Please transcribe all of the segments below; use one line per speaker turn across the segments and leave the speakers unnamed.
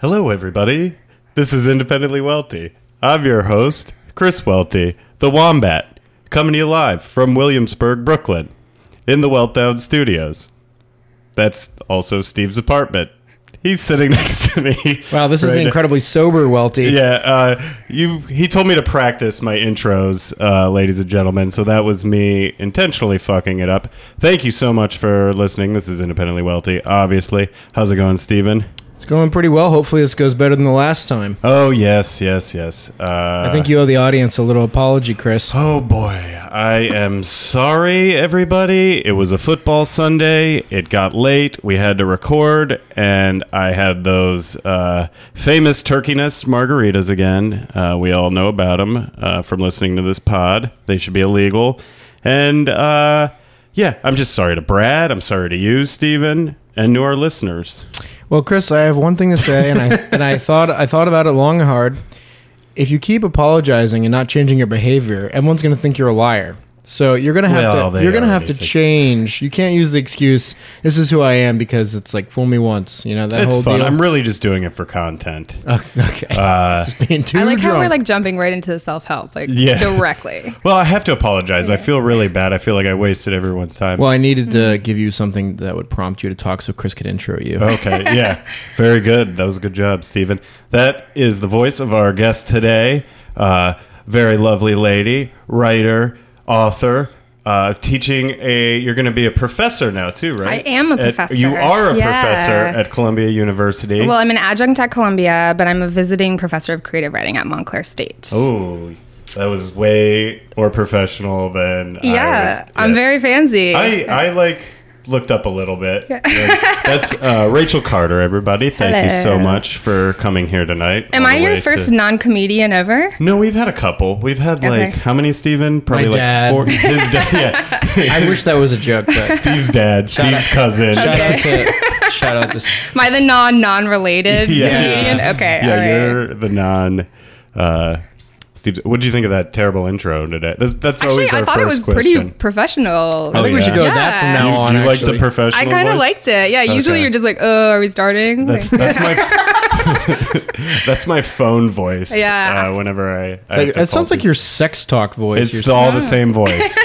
Hello, everybody. This is Independently Welty. I'm your host, Chris Welty, the Wombat, coming to you live from Williamsburg, Brooklyn, in the Weltdown Studios. That's also Steve's apartment. He's sitting next to me.
Wow, this is
right
an incredibly sober Welty.
Yeah, uh, you. He told me to practice my intros, uh, ladies and gentlemen. So that was me intentionally fucking it up. Thank you so much for listening. This is independently wealthy. Obviously, how's it going, Steven?
It's going pretty well. Hopefully, this goes better than the last time.
Oh yes, yes, yes. Uh,
I think you owe the audience a little apology, Chris.
Oh boy, I am sorry, everybody. It was a football Sunday. It got late. We had to record, and I had those uh, famous turkey nest margaritas again. Uh, we all know about them uh, from listening to this pod. They should be illegal. And uh, yeah, I'm just sorry to Brad. I'm sorry to you, Steven, and to our listeners.
Well, Chris, I have one thing to say, and I and I thought I thought about it long and hard. If you keep apologizing and not changing your behavior, everyone's going to think you're a liar. So you're gonna have
Well,
to
they
you're gonna have
already
to
think-
change. You can't use the excuse "this is who I am" because it's like fool me once. You know that
It's
whole
fun.
deal.
I'm really just doing it for content.
Oh, okay,
Uh,
just being too
I like
drunk.
how we're like jumping right into the self help, like
Yeah.
directly.
Well, I have to apologize. I feel really bad. I feel like I wasted everyone's time.
well, I needed
Mm-hmm.
to give you something that would prompt you to talk, so Chris could intro you.
okay, yeah. Very good. That was a good job, Stephen. That is the voice of our guest today. Uh, very lovely lady, writer, author. Uh, teaching a you're going to be a professor now too right
I am a
At-
professor.
you are a
Yeah.
professor at columbia university
Well, I'm an adjunct at Columbia, but I'm a visiting professor of creative writing at Montclair State.
oh that was way more professional than I
yeah,
was-
I'm very fancy.
I, I like looked up a little bit. Like, that's uh, Rachel Carter, everybody. Thank you so
Hello.
much for coming here tonight.
Am
all
I
the
your
way
first
to-
non comedian ever?
no, we've had a couple. We've had
Okay.
like how many, Steven? Probably like
dad.
four. His dad. Yeah.
I wish that was a joke, but
Steve's dad, Steve's cousin.
Shout
Okay.
out to shout out to s-
Am I the non non related
Yeah.
comedian? Okay,
Yeah,
all right.
you're the non. Uh, Steve's. What did you think of that terrible intro today? That's, that's
Actually,
always our
I thought it
first
was pretty
question. Oh,
professional.
I think
yeah.
we should go with that from
Yeah.
now
You,
on.
you like the
actually.
professional?
I kind of
voice?
liked it. Yeah, usually
Okay.
you're just like, oh, are we starting?
That's
Like-
that's my that's my phone voice.
Yeah.
Uh, whenever I, I
Like,
have to
it sounds
call
like
people.
your sex talk voice.
It's
Your-
all the same voice.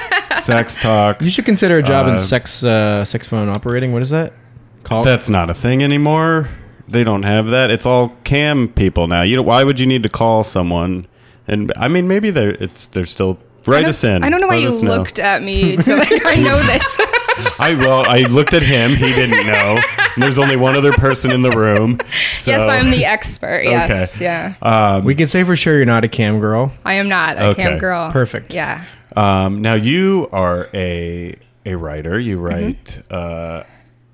Sex talk.
you should consider a job
Uh,
in sex uh, sex phone operating. What is that? Call
That's not a thing anymore. They don't have that. It's all cam people now. You know why would you need to call someone? And I mean, maybe they're it's they're still
I
write
don't-
us in.
I don't know why
Let
you
us know.
looked at me. So like, I know this.
I well, I looked at him. He didn't know. And there's only one other person in the room. So.
Yes, I'm the expert. Yes,
Okay.
yeah.
Um,
Uh, we can say for sure you're not a cam girl.
I am not a
Okay.
cam girl.
Perfect.
Yeah.
Um, now you are a a writer. You
Mm-hmm.
write uh,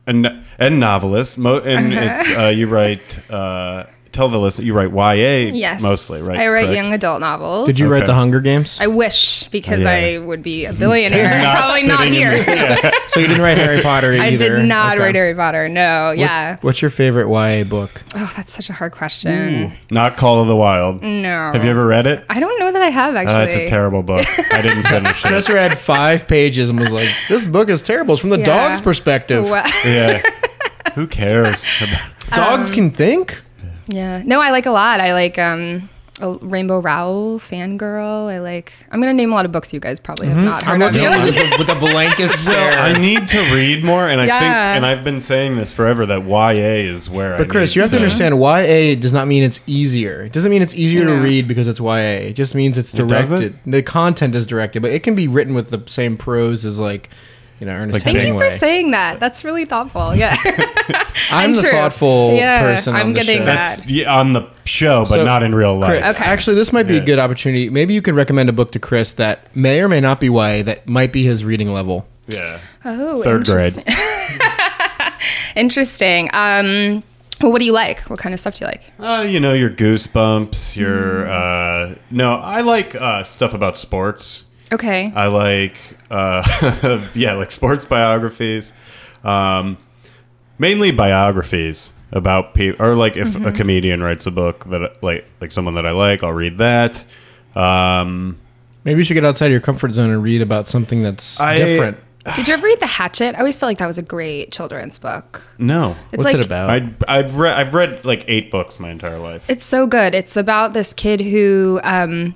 and and novelist, mo- and it's uh, you write. Uh, tell the listener you write YA
Yes.
mostly, right?
I write
Correct?
young adult novels.
Did you
Okay.
write the Hunger Games?
I wish because
Yeah.
I would be a billionaire.
Not
Probably not
sitting in
here.
the- yeah.
so you didn't write Harry Potter either.
I did not
Okay.
write Harry Potter. No.
What-
yeah.
What's your favorite YA book?
Oh, that's such a hard question.
Not Call of the Wild.
No.
Hmm. Have you ever read it?
I don't know that I have
Uh,
Mm-hmm. actually.
it's a terrible book. I didn't finish it.
Professor had five pages and was like, "This book is terrible. It's from the
Yeah.
dog's perspective.
Well,
Yeah. Who cares?
um,
Dogs can think."
yeah. No, I like a lot. I like um a Rainbow Rowell, Fangirl. I like. I'm gonna name a lot of books you guys probably
Mm-hmm.
have not heard of.
at you with the blankest stare.
I need to read more, and I think,
Yeah.
and I've been saying this forever that YA is where.
But Chris, you have to understand YA does not mean it's easier. It doesn't mean it's easier to
No.
read because it's YA. It just means it's
doesn't?
directed. the content is directed, but it can be written with the same prose as like, you know, Ernest
Like
Thank
Hemingway.
you for saying that. That's really thoughtful. Yeah.
I'm
and
the
true.
thoughtful
Yeah,
person. on
I'm
the
getting
show.
that.
That's yeah, on the show, but
So-
not in real life.
Chris,
Okay.
Actually, this might be
Yeah.
a good opportunity. Maybe you can recommend a book to Chris that may or may not be YA that might be his reading level.
Yeah.
oh,
Third grade.
interesting. Interesting. Um, well, what do you like? What kind of stuff do you like?
Uh, you know, your goosebumps, your
Mm-hmm.
uh no, I like uh stuff about sports.
Okay.
I like uh yeah, like sports biographies. Um mainly biographies about people or like if
Mm-hmm.
a comedian writes a book that like like someone that I like, I'll read that. Um
Maybe you should get outside your comfort zone and read about something that's
I,
different.
Uh,
Did you ever read The Hatchet? I always felt like that was a great children's book.
No.
What's
It's like
it about?
I, I've read I've read like eight books my entire life.
It's so good. It's about this kid who um,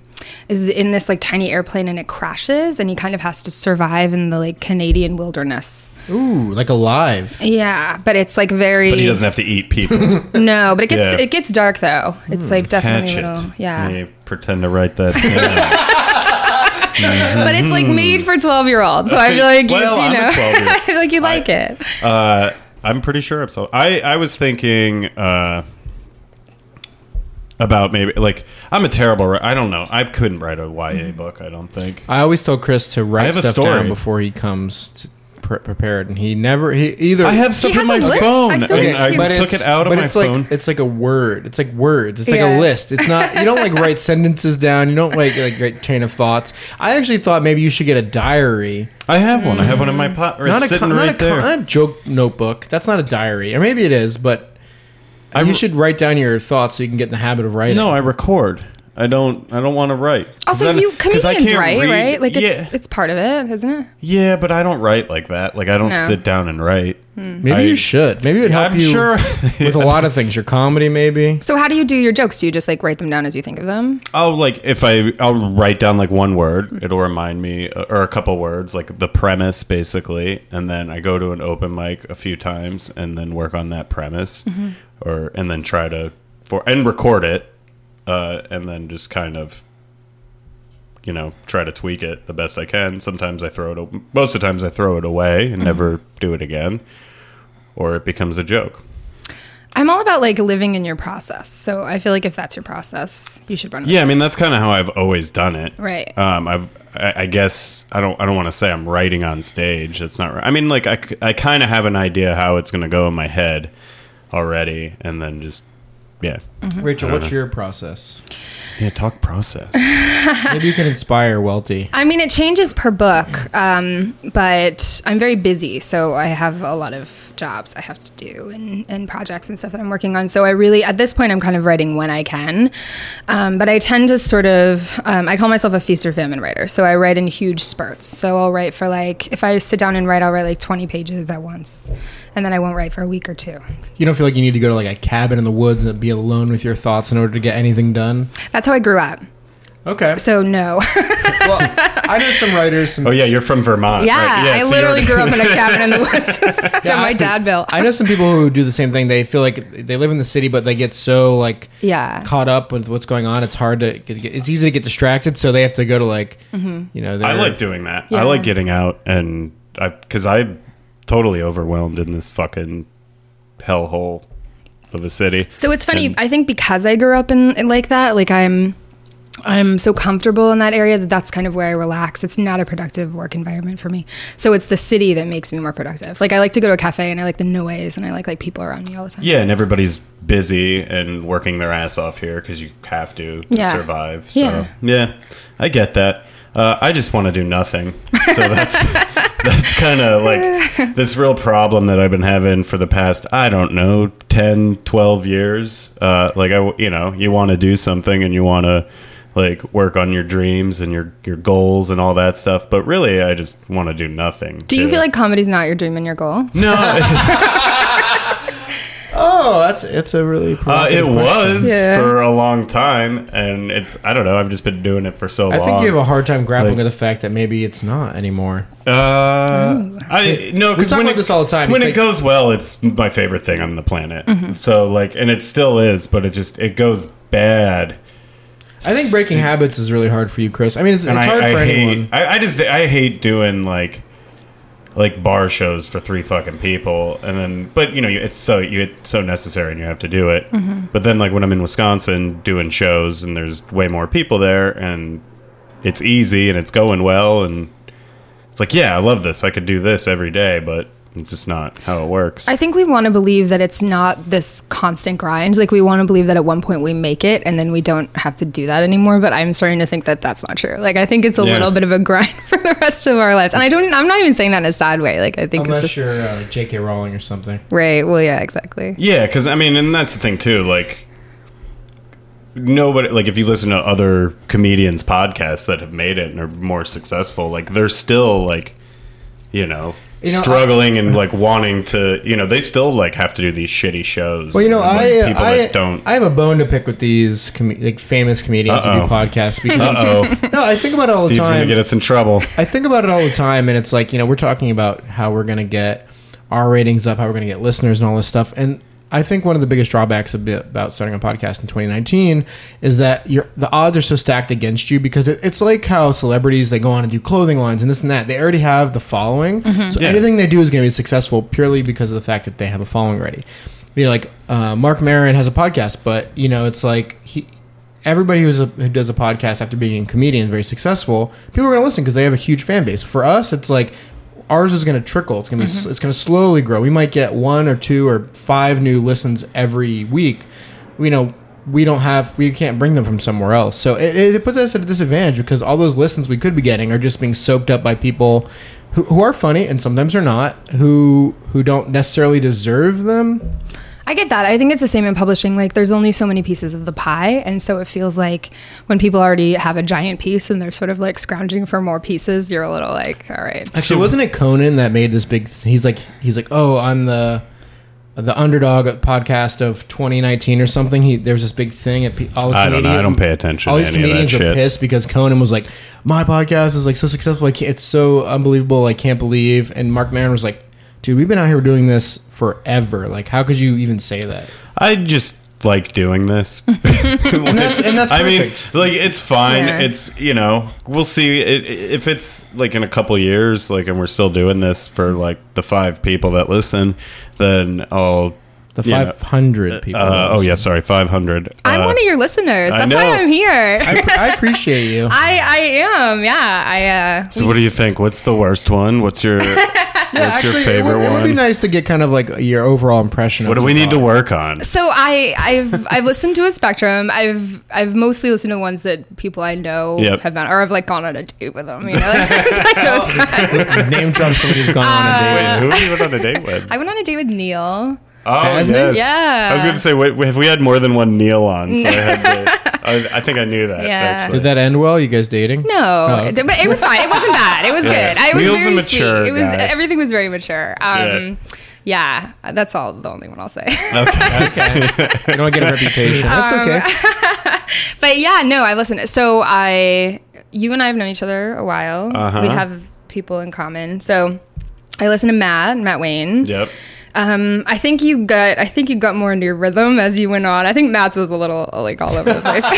is in this like tiny airplane and it crashes, and he kind of has to survive in the like Canadian wilderness.
Ooh, like alive.
Yeah, but it's like very
But he doesn't have to eat people.
no, but it gets
Yeah. Hmm.
it gets dark though. It's like definitely
Hatchet.
a little yeah,
Let me pretend to write that. Down.
but it's like made for twelve year olds. So I'm like you,
Hmm. Well,
you
I'm a
know,
12-year-old.
I feel like you like it.
uh, I'm pretty sure. I'm so. I I was thinking. Uh, about maybe like I'm a terrible. wri- I don't know. I couldn't write a YA book. I don't think.
I always tell Chris to write
have a
stuff
story.
down before he comes to pre- prepared, and he never he either.
I have stuff
He
in
has
my
a list. I
phone.
feel
and
like
I,
he's-
but
took it
it's-
out of
but
my
it's
phone.
Like, it's like a word. It's like words. It's like
Yeah.
a list. It's not. You don't like write sentences down. You don't like like write chain of thoughts. I actually thought maybe you should get a diary.
I have one. I have one in my
Mm.
pot. It's
not a,
sitting
con-
right
not, a con-
there.
not a joke notebook. That's not a diary, or maybe it is, but you should write down your thoughts so you can get in the habit of writing.
No, I record. I don't. I don't want to write. 'Cause
Also,
then-
you
'cause I
comedians
can't
write
read.
right? Like it's
yeah,
it's part of it, isn't it?
yeah, but I don't write like that. Like I don't
No.
sit down and write.
maybe
I-
you should. Maybe it would help
I'm
you
sure.
with a lot of things. Your comedy, maybe.
So how do you do your jokes? Do you just like write them down as you think of them?
I'll like if I I'll write down like one word. It'll remind me uh, or a couple words, like the premise basically, and then I go to an open mic a few times and then work on that premise, or and then try to for and record it, uh, and then just kind of you know try to tweak it the best I can. Sometimes I throw it. o- Most of the times I throw it away and never do it again, or it becomes a joke.
I'm all about like living in your process. So I feel like if that's your process, you should run. with it.
Yeah, I mean that's kind of how I've always done it.
Right.
Um, I've I, I guess I don't I don't want to say I'm writing on stage. That's not. right. I mean, like I, c- I kind of have an idea how it's going to go in my head already, and then just yeah
Rachel,
don't
what's
know.
your process?
Mm-hmm. yeah talk process.
Maybe you can inspire Welty.
I mean, it changes per book, um, but I'm very busy, so I have a lot of jobs I have to do and, and projects and stuff that I'm working on. So I really, at this point, I'm kind of writing when I can, um, but I tend to sort of, um, I call myself a feast or famine writer. So I write in huge spurts. So I'll write for like, if I sit down and write, I'll write like 20 pages at once, and then I won't write for a week or two.
You don't feel like you need to go to like a cabin in the woods and be alone with your thoughts in order to get anything done.
That's how I grew up.
Okay.
So no.
well, I know some writers. Some,
oh yeah, you're from Vermont.
Yeah,
right?
I
so
literally
you're-
grew up in a cabin in the woods that
Yeah,
my
I-
dad built.
I know some people who do the same thing. They feel like they live in the city, but they get so like
yeah.
caught up with what's going on. It's hard to get. It's easy to get distracted, so they have to go to like
Mm-hmm.
you know.
I
their-
like doing that. I
Yeah.
like getting out and I because I'm totally overwhelmed in this fucking hellhole of a city.
So it's funny.
And-
I think because I grew up in, in like that, like I'm, I'm so comfortable in that area that that's kind of where I relax. It's not a productive work environment for me. So it's the city that makes me more productive. Like I like to go to a cafe and I like the noise and I like like people around me all the time.
Yeah, and everybody's busy and working their ass off here because you have to, to
Yeah.
survive. So yeah.
Yeah.
I get that. Uh, I just want to do nothing. So that's that's kind of like this real problem that I've been having for the past I don't know 10, 12 years. Uh, like I, w- you know, you want to do something and you want to like work on your dreams and your your goals and all that stuff. But really, I just want to do nothing.
Do you feel like comedy's not your dream and your goal?
no?
Oh, that's it's a
Uh,
really.
it
provocative question.
was
Yeah.
for a long time, and it's I don't know. I've just been doing it for so
I
long.
think you have a hard time grappling
Like-
with the fact that maybe it's not anymore.
Uh, I no,
We
because
talk
when
about
it,
this all the time.
When
It's
it
like-
goes well, it's my favorite thing on the planet. So like, and it still is, but it just it goes bad.
I think breaking habits is really hard for you, Chris. I mean, it's, it's
And I,
hard
I
for
hate,
anyone.
I, I just I hate doing like like bar shows for three fucking people, and then but you know you, it's so you it's so necessary and you have to do it.
Mm-hmm.
But then like when I'm in Wisconsin doing shows and there's way more people there and it's easy and it's going well and it's like yeah I love this I could do this every day, but it's just not how it works.
I think we want to believe that it's not this constant grind. Like we want to believe that at one point we make it and then we don't have to do that anymore. But I'm starting to think that that's not true. Like I think it's a
Yeah.
little bit of a grind for the rest of our lives. And I don't. I'm not even saying that in a sad way. Like I think
Unless
it's just
you're uh, J.K. Rowling or something.
right. Well, yeah, exactly.
Yeah, because I mean, and that's the thing too. Like nobody, like if you listen to other comedians' podcasts that have made it and are more successful, like they're still like you know,
You know,
struggling and like wanting to, you know, they still like have to do these shitty shows.
Well, you know,
There's, like,
I, uh,
people
I,
that don't.
I have a bone to pick with these com- like famous comedians who
Uh-oh.
do podcasts because
Uh oh,
no, I think about it all
Steve's
the
gonna
time.
get us in trouble.
I think about it all the time, and it's like you know we're talking about how we're gonna get our ratings up, how we're gonna get listeners, and all this stuff. And I think one of the biggest drawbacks ab- about starting a podcast in 2019 is that you're, the odds are so stacked against you because it, it's like how celebrities they go on and do clothing lines and this and that. They already have the following, so
Yeah.
anything they do is going to be successful purely because of the fact that they have a following already. You know, like uh, Mark Maron has a podcast, but you know, it's like he everybody who's a, who does a podcast after being a comedian is very successful. People are going to listen because they have a huge fan base. For us, it's like ours is going to trickle. It's going to be s it's going to slowly grow. We might get one or two or five new listens every week. You know, we don't have we can't bring them from somewhere else. So it, it puts us at a disadvantage because all those listens we could be getting are just being soaked up by people. Who, who are funny and sometimes are not who who don't necessarily deserve them
I get that. I think it's the same in publishing. Like, there's only so many pieces of the pie. And so it feels like when people already have a giant piece and they're sort of like scrounging for more pieces, you're a little like, all right.
Actually,
So-
wasn't it Conan that made this big? Th- he's like, he's like, oh, I'm the the underdog podcast of 2019 or something. He there was this big thing at P- all the
I don't know. I
comedians-
don't pay attention
All
to
these
any of that
comedians were
shit.
pissed because Conan was like, my podcast is like so successful. I can't, it's so unbelievable. I can't believe. And Mark Maron was like, dude, we've been out here doing this forever. Like, how could you even say that?
I just like doing this. and
that's- and that's
I mean,
perfect.
like it's fine.
Yeah.
It's you know, we'll see it, if it's like in a couple years, like, and we're still doing this for like the five people that listen. Then I'll
The
you know,
500 people.
Uh, oh yeah, sorry, five hundred. Uh,
I'm one of your listeners.
I
That's
know.
why I'm here.
I, pr- I appreciate you.
I, I am. Yeah. I, uh,
So what do you think? What's the worst one? What's your What's your
Actually, it
favorite
would, it would be
one?
nice to get kind of like your overall impression.
What
of
do
the
we need to
pod.
work on?
So I, I've I've listened to a spectrum. I've I've mostly listened to ones that people I know
Yep.
have been or have like gone on a date with them. You know, It's like those kinds.
Name drop somebody who's gone on a date.
Uh,
Wait, who are you on a date with?
I went on a date with Neil.
Oh
Stasny?
yes,
Yeah.
I was going to say, wait, have we had more than one Neil on? So I, had to, I, I think I knew that.
Yeah.
Actually.
Did that end well? You guys dating?
No,
Oh, okay.
but it was fine. It wasn't bad. It was
Yeah.
good. I was
Neil's a
very
mature
sweet. It was
guy.
everything was very mature. Um, yeah. that's all. The only one I'll say.
You don't get a reputation.
Um,
That's okay.
but yeah, no, I listen. So I, you and I have known each other a while.
Uh-huh.
We have people in common. So I listen to Matt, Matt Wayne.
Yep.
Um, I think you got, I think you got more into your rhythm as you went on. I think Matt's was a little like all over the place.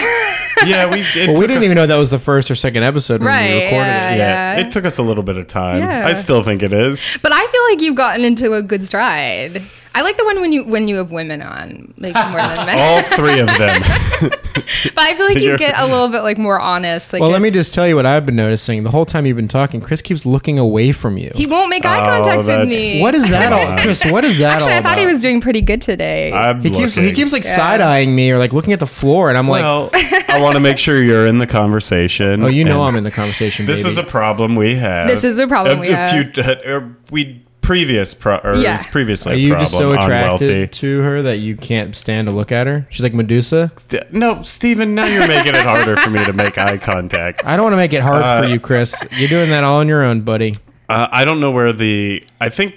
Yeah, we. It
Well, we
took
didn't
us-
even know that was the first or second episode when
Right,
we recorded
Yeah,
it.
Yeah.
it took us a little bit of time.
Yeah.
I still think it is.
but I feel like you've gotten into a good stride. I like the one when you when you have women on, like more than men.
All three of them.
But I feel like you
You're-
get a little bit like more honest. Like
Well, let me
it's-
just tell you what I've been noticing. The whole time you've been talking, Chris keeps looking away from you.
He won't make eye
Oh,
contact with
that's-
me.
What is that all, Chris? What is that
Actually,
all
I thought
about?
he was doing pretty good today.
I'm
He keeps he
looking.
keeps like
Yeah.
side eyeing me or like looking at the floor, and I'm like,
Well, I want to make sure you're in the conversation.
oh, you know
and
I'm in the conversation.
This
baby.
is a problem we have.
This is a problem
a,
we
a
have.
Few, or uh, er, we previous pro, or
Yeah.
yeah. previously
Are
a
you
problem
just so
on
attracted
Wealthy.
to her that you can't stand to look at her? She's like Medusa.
D- No, Steven, now you're making it harder for me to make eye contact.
I don't want to make it hard for you, Chris. You're doing that all on your own, buddy.
Uh, I don't know where the. I think,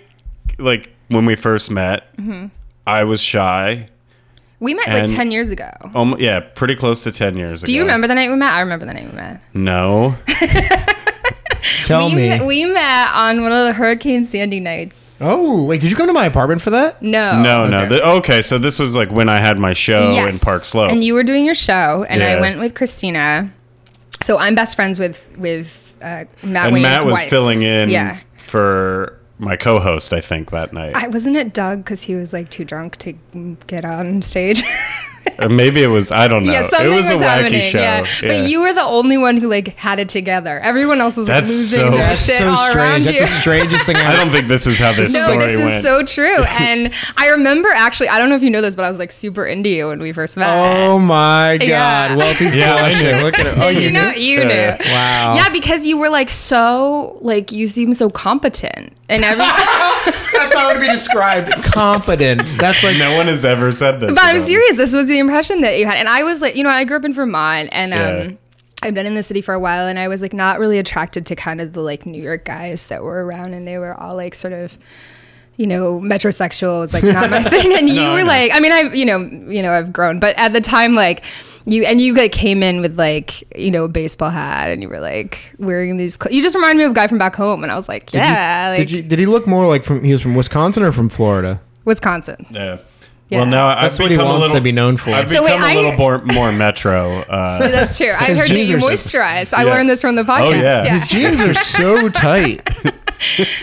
like when we first met,
Mm-hmm.
I was shy.
we met like
and-
ten years ago.
Um, yeah, pretty close to ten years ago.
Do you remember the night we met? I remember the night we met.
No.
Tell
we,
me.
met- we met on one of the Hurricane Sandy nights.
Oh, wait, did you come to my apartment for that?
No.
No, no.
okay.
The- okay, so this was like when I had my show
Yes.
in Park Slope.
And you were doing your show, and I
Yeah.
went with Christina. So I'm best friends with with uh, Matt.
And
Wayne's
Matt was
wife.
filling in
Yeah.
for my co-host, I think, that night.
I wasn't it Doug because he was like too drunk to get on stage.
Or Uh, maybe it was. I don't know.
yeah, something
it was,
was,
a wacky
happening.
show.
Yeah.
Yeah.
but you were the only one who like had it together. Everyone else was like,
That's
losing
so-
their
That's
shit all around
strange. That's
you.
the strangest thing
I
I've
don't think this is how this
No,
story
this is
went.
so true. And I remember actually, I don't know if you know this, but I was like super into you when we first met.
Oh my god.
Yeah.
Wealthy's
Yeah, I
blushing.
knew.
Look at her.
Did
Oh,
you, know?
knew?
You
Yeah,
knew.
yeah.
Wow.
Yeah, because you were like so, like, you seem so competent. And every,
That's how it would be described. Confident. That's like
no one has ever said this.
but I'm
about me.
serious. This was the impression that you had. And I was like, you know, I grew up in Vermont and, um,
Yeah.
I've been in the city for a while and I was like not really attracted to kind of the like New York guys that were around and they were all like sort of you know metrosexual was like not my thing and you
No, I
were
know.
like I mean I you know you know I've grown but at the time like you and you like came in with like you know a baseball hat and you were like wearing these clothes. you just reminded me of a guy from back home and I was like
Did you-
yeah like
did, you, did he look more like from he was from Wisconsin or from Florida?
Wisconsin
Yeah.
Yeah.
Well, now I've
That's what he
become a
wants
little
to be known for.
I've
So wait,
become
I-
a little more, more metro. Uh,
that's true I
His
heard that
jeans
you
are so- Oh,
moisturized I
Yeah.
learned this from the podcast
yeah.
yeah.
His
His jeans are so tight.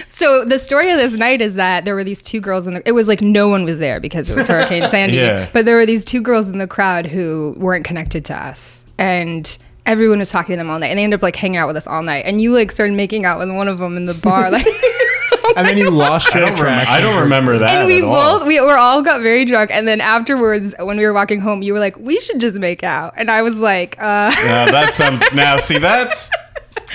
So the story of this night is that there were these two girls in the. It was like no one was there because it was Hurricane Sandy.
Yeah.
But there were these two girls in the crowd who weren't connected to us, and everyone was talking to them all night, and they ended up like hanging out with us all night. And you like started making out with one of them in the bar, like.
And then you lost
I
your
don't, rem-
attraction.
I don't remember that.
And we
at all.
both we were all got very drunk, and then afterwards, when we were walking home, you were like, "We should just make out," and I was like, uh,
Now, that sounds. Now, see, that's.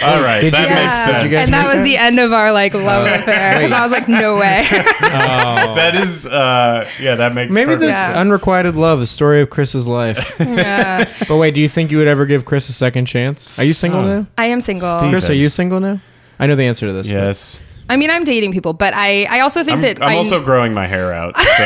All right.
Did
that
you-
makes
Did you
sense.
guys-
And that was the end of our like love affair because I was like, "No way."
that is. Uh, yeah, that makes
Maybe
perfect
this
sense.
Yeah.
unrequited love, is story of Chris's life.
Yeah.
but wait, do you think you would ever give Chris a second chance? Are you single
Huh.
now?
I am single.
Steve-
Chris,
Even.
are you single now? I know the answer to this. but-
Yes.
I mean, I'm dating people, but I, I also think
I'm,
that
I'm
I-
also growing my hair out. So you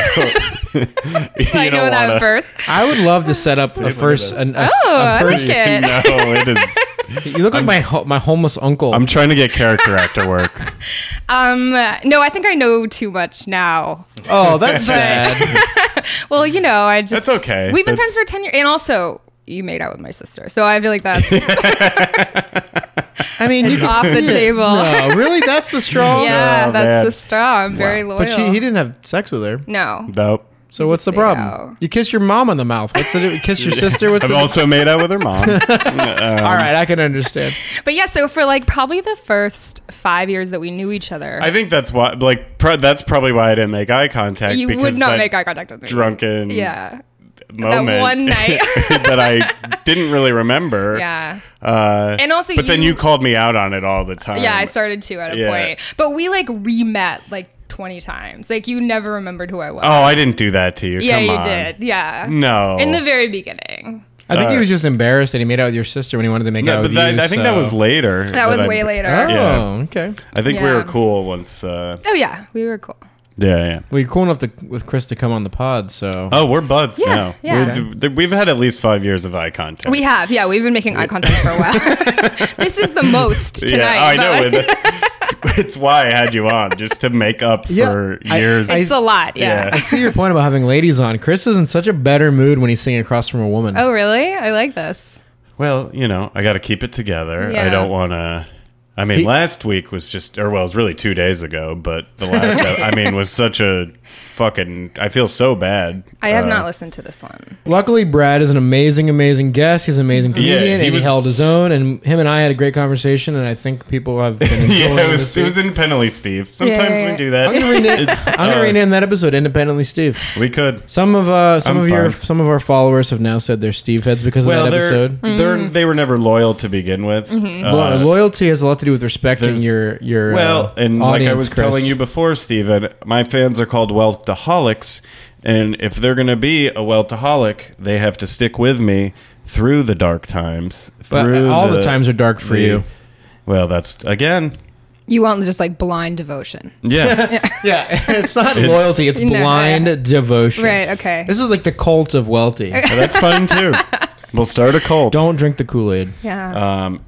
I know
don't
that
wanna-
first.
I would love to set up a
look at
first.
this.
An, a,
Oh,
a
I like
first
it. Shit.
no, it is.
You look like my ho- my homeless uncle.
I'm trying to get character actor work.
Um, no, I think I know too much now.
oh, that's sad.
Well, you know, I just
That's okay.
We've been
That's-
friends for ten years, and also you made out with my sister, so I feel like that's
I mean, you
off the table.
No, really, that's the straw. Uh,
yeah,
Oh,
that's
man.
the straw. I'm very loyal.
But she, he didn't have sex with her.
No,
Nope.
So what's the
made
problem?
out.
You kiss your mom on the mouth. What's the di- kiss your sister? What's
I've
the
also made out with her mom.
all right? I can understand.
but yeah. So for like probably the first five years that we knew each other,
I think that's why. Like, pro- that's probably why I didn't make eye contact.
you
because
would not
that
make eye contact with me.
drunken.
Yeah,
Moment
one night.
that I didn't really remember.
yeah.
Uh,
And also
but then
you-
you called me out on it all the time.
Yeah, I started to at a
Um, yeah.
point. But we like re met like 20 times. Like you never remembered who I was.
Oh, I didn't do that to you.
yeah,
Come
you
on.
did. Yeah.
No.
In the very beginning.
I think he
right.
was just embarrassed that he made out with your sister when he wanted to make out
no, but
with
that,
you.
I think that
so-
was later.
That was
I-
way later.
Oh,
Oh.
Yeah.
okay.
I think we
Yeah.
were cool once. Uh,
Oh, yeah, we were cool.
yeah, yeah.
Well, you're cool enough to, with Chris to come on the pod, so
Oh, we're buds
Yeah,
now.
yeah.
We're- th- we've had at least five years of eye contact.
We have. Yeah, we've been making eye contact for a while. this is the most tonight.
yeah, I know.
but-
and that's- it's, it's why I had you on just to make up
Yeah,
for
I-
years.
I-
it's a lot. Yeah.
I see your point about having ladies on. Chris is in such a better mood when he's sitting across from a woman.
Oh, really? I like this.
well, you know, I got to keep it together. I
Yeah.
don't want to. I mean,
He-
last week was just, or well, it was really two days ago, but the last, I mean, was such a fucking. I feel so bad.
I have
Uh,
not listened to this one.
Luckily, Brad is an amazing, amazing guest. He's an amazing comedian,
he
and
was-
he held his own. And him and I had a great conversation, and I think people have been enjoying
Yeah, it
this
was, it
week.
was independently Steve. Sometimes
yeah, yeah.
we do that.
I'm gonna rename,
It's,
I'm gonna
uh,
rename that episode "Independently Steve."
We could.
Some of uh, some
I'm
of your
fine.
some of our followers have now said they're Steve heads because
Well,
of that
they're,
episode.
they're they were never loyal to begin with.
Mm-hmm.
Uh,
Lo- Loyalty has a lot to do with respecting
there's-
your your
well,
uh,
and like I
audience,
was
Chris.
telling you before, Steven, my fans are called Weltaholics, and if they're going to be a Weltaholic, they have to stick with me through the dark times.
But uh,
Through
all the times are dark for
the-
you.
Well, that's again,
You want just like blind devotion.
yeah.
Yeah, it's not
It's-
loyalty; it's
No, yeah.
blind devotion.
Right, okay.
This is like the cult of wealthy.
Well, that's fun too. We'll start a cult.
Don't drink the Kool Aid.
Yeah.
Um,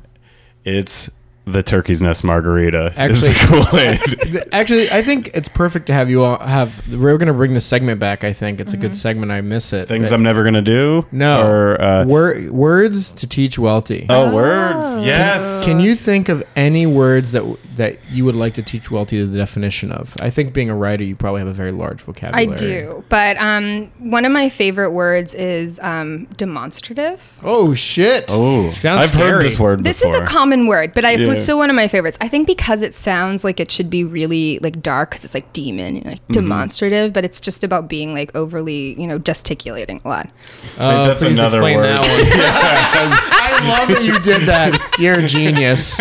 it's the Turkey's Nest Margarita.
Actually-
is the Kool-Aid.
Actually, I think it's perfect to have you all have. We're gonna bring the segment back. I think it's
Mm-hmm.
a good segment. I miss it.
Things
But-
I'm never going to do.
no
Or uh,
Wor- words to teach wealthy.
oh, words. Yes.
Can you think of any words that w- that you would like to teach Welty the definition of? I think being a writer, you probably have a very large
I
vocabulary.
do. But um, one of my favorite words is um, demonstrative.
Oh shit!
Oh,
Sounds
I've
scary.
heard this word
This
before.
is a common word, but I, it's
Yeah.
still one of my favorites. I think because it sounds like it should be really like dark, because it's like demon, you know, like
Mm-hmm.
demonstrative, but it's just about being like overly, you know, gesticulating a lot.
Uh,
That's
please
another
explain
word.
That one. I love that you did that. You're a genius.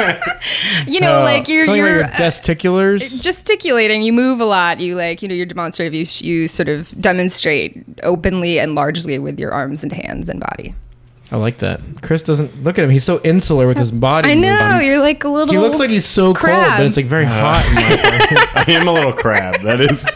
You know, like
Oh,
you're
Something about
you're
your
uh,
gesticulars.
gesticulating. You move a lot. You like you know you're demonstrative. You sh- you sort of demonstrate openly and largely with your arms and hands and body.
I like that. Chris doesn't look at him. He's so insular with his body.
I know
movement.
you're like a little.
Mm-hmm. He looks like he's so cold,
crab.
but it's like very hot. In there.
I am a little crab. That is.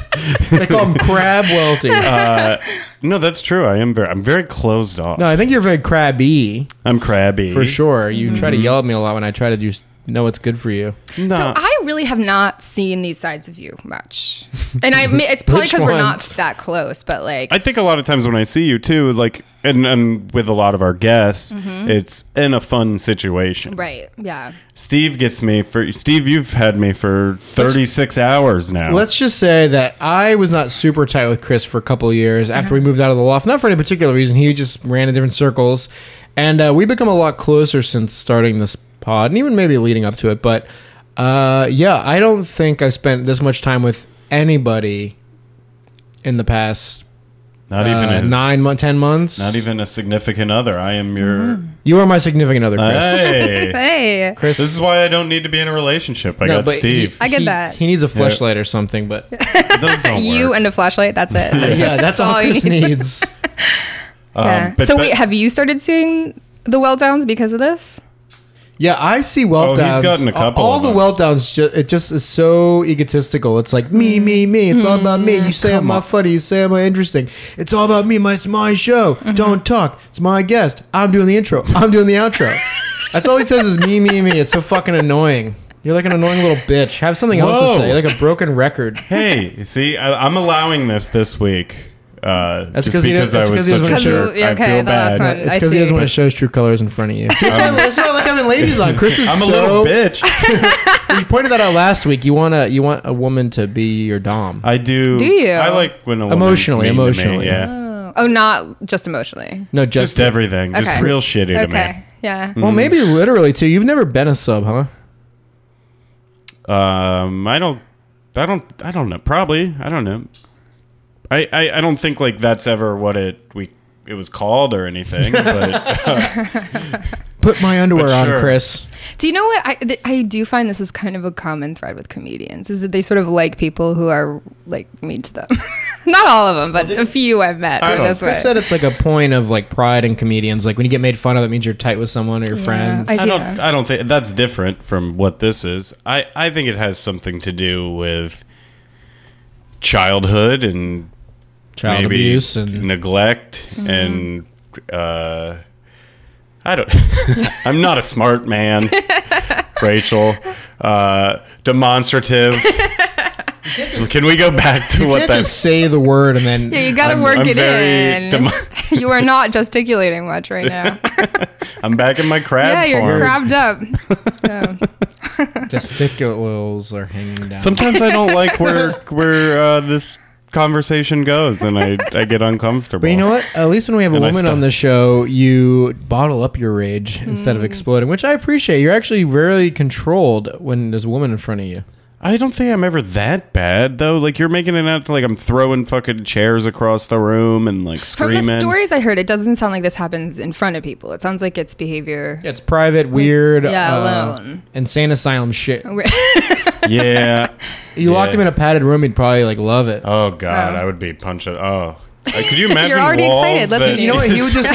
they call him crab welty. Uh,
No, that's true. I am very. I'm very closed off.
no, I think you're very crabby
I'm crabby
for sure.
Mm-hmm.
You try to yell at me a lot when I try to do s- know what's good for you.
No.
So I really have not seen these sides of you much, and I admit- it's probably
Which
because we're not
ones?
that close. But like,
I think a lot of times when I see you too, like, and, and with a lot of our guests,
Mm-hmm.
it's in a fun situation.
right? Yeah.
Steve gets me for Steve. You've had me for thirty six hours now.
Let's just say that I was not super tight with Chris for a couple of years after we moved out of the loft. Not for any particular reason. He just ran in different circles, and uh, we become a lot closer since starting this pod, and even maybe leading up to it. But uh, yeah, I don't think I spent this much time with anybody in the past
not
uh,
even a,
nine months, ten months.
Not even a significant other. I am your.
You are my significant other, Chris.
Hey.
Hey.
Chris.
This is why I don't need to be in a relationship. I
No,
got
but
Steve.
I get that.
He needs a flashlight or something, but
Those don't
You
work.
and a flashlight. That's it. That's
yeah,
it.
that's all, Chris
need.
needs.
Yeah.
Um, but
so
that-
wait, have you started seeing the well downs because of this?
Yeah, I
Oh,
see
he's
weltdowns.
gotten a couple
All
of
the
them.
weltdowns, ju- it just is so egotistical. It's like me, me, me. It's all about me. You
Mm-hmm.
say I'm not funny. You say I'm not interesting. It's all about me. My, it's my show.
Mm-hmm.
Don't talk. It's my guest. I'm doing the intro. I'm doing the outro. That's all he says is me, me, me. It's so fucking annoying. You're like an annoying little bitch. Have something else
Whoa.
to say. You're like a broken record.
hey, you see, I, I'm allowing this this week. Uh,
That's
just
'cause he
because
doesn't-
I
that's
was
'cause he
such a
doesn't wanna
jerk.
show-
I
okay,
feel
the
bad.
last one.
It's
I
because he
see.
doesn't want to show his true colors in front of you. That's why- that's why I like having ladies on. Chris is
I'm a
so-
little bitch.
You pointed that out last week. You want to you want a woman to be your dom.
I do.
Do you?
I like when a woman's
Emotionally,
mean to me,
emotionally.
yeah,
Oh, oh, not just emotionally.
No, just,
just everything, just
Okay.
real shitty to
Okay. Yeah.
Hmm.
Well, maybe literally too. You've never been a sub, huh?
me. Um, I don't, I don't, I don't know. Probably, I don't know. I, I, I don't think like that's ever what it we it was called or anything. But
Put my underwear
But
on,
sure.
Chris.
Do you know what I th- I do find this is kind of a common thread with comedians is that they sort of like people who are like mean to them. Not all of them, but a few I've met
I
who are
don't-
this
Chris
way.
said it's like a point of like pride in comedians. Like when you get made fun of, it means you're tight with someone or your friends.
I
I
see
don't.
that.
I don't think that's different from what this is. I, I think it has something to do with childhood and
Child
maybe
abuse
Mm-hmm.
and
neglect
Mm-hmm.
and uh, I don't. I'm not a smart man, Rachel. Uh, demonstrative. Can we go back to
you
what
can't
that?
just say the word and then
Yeah, you got
I'm-
to work
I'm
it
very
in.
dem-
you are not gesticulating much right now.
I'm back in my crab
yeah, you're
form.
crabbed up. Yeah.
testicles are hanging down.
Sometimes I don't like where where uh, this conversation goes, and I, I get uncomfortable.
But you know what? At least when we have a
And I
woman
stop.
on the show, you bottle up your rage instead
Mm.
of exploding, which I appreciate. You're actually really controlled when there's a woman in front of you.
I don't think I'm ever that bad though. Like you're making it out to like I'm throwing fucking chairs across the room and like
From
screaming.
the stories I heard, it doesn't sound like this happens in front of people. It sounds like it's behavior.
It's private, weird,
yeah,
uh,
alone.
insane asylum shit. You
Yeah.
locked him in a padded room, he'd probably like love it.
Oh god,
Oh.
I would be punching. Oh, Like, could you imagine?
already
walls
excited. Let's-
that-
you know what? He would just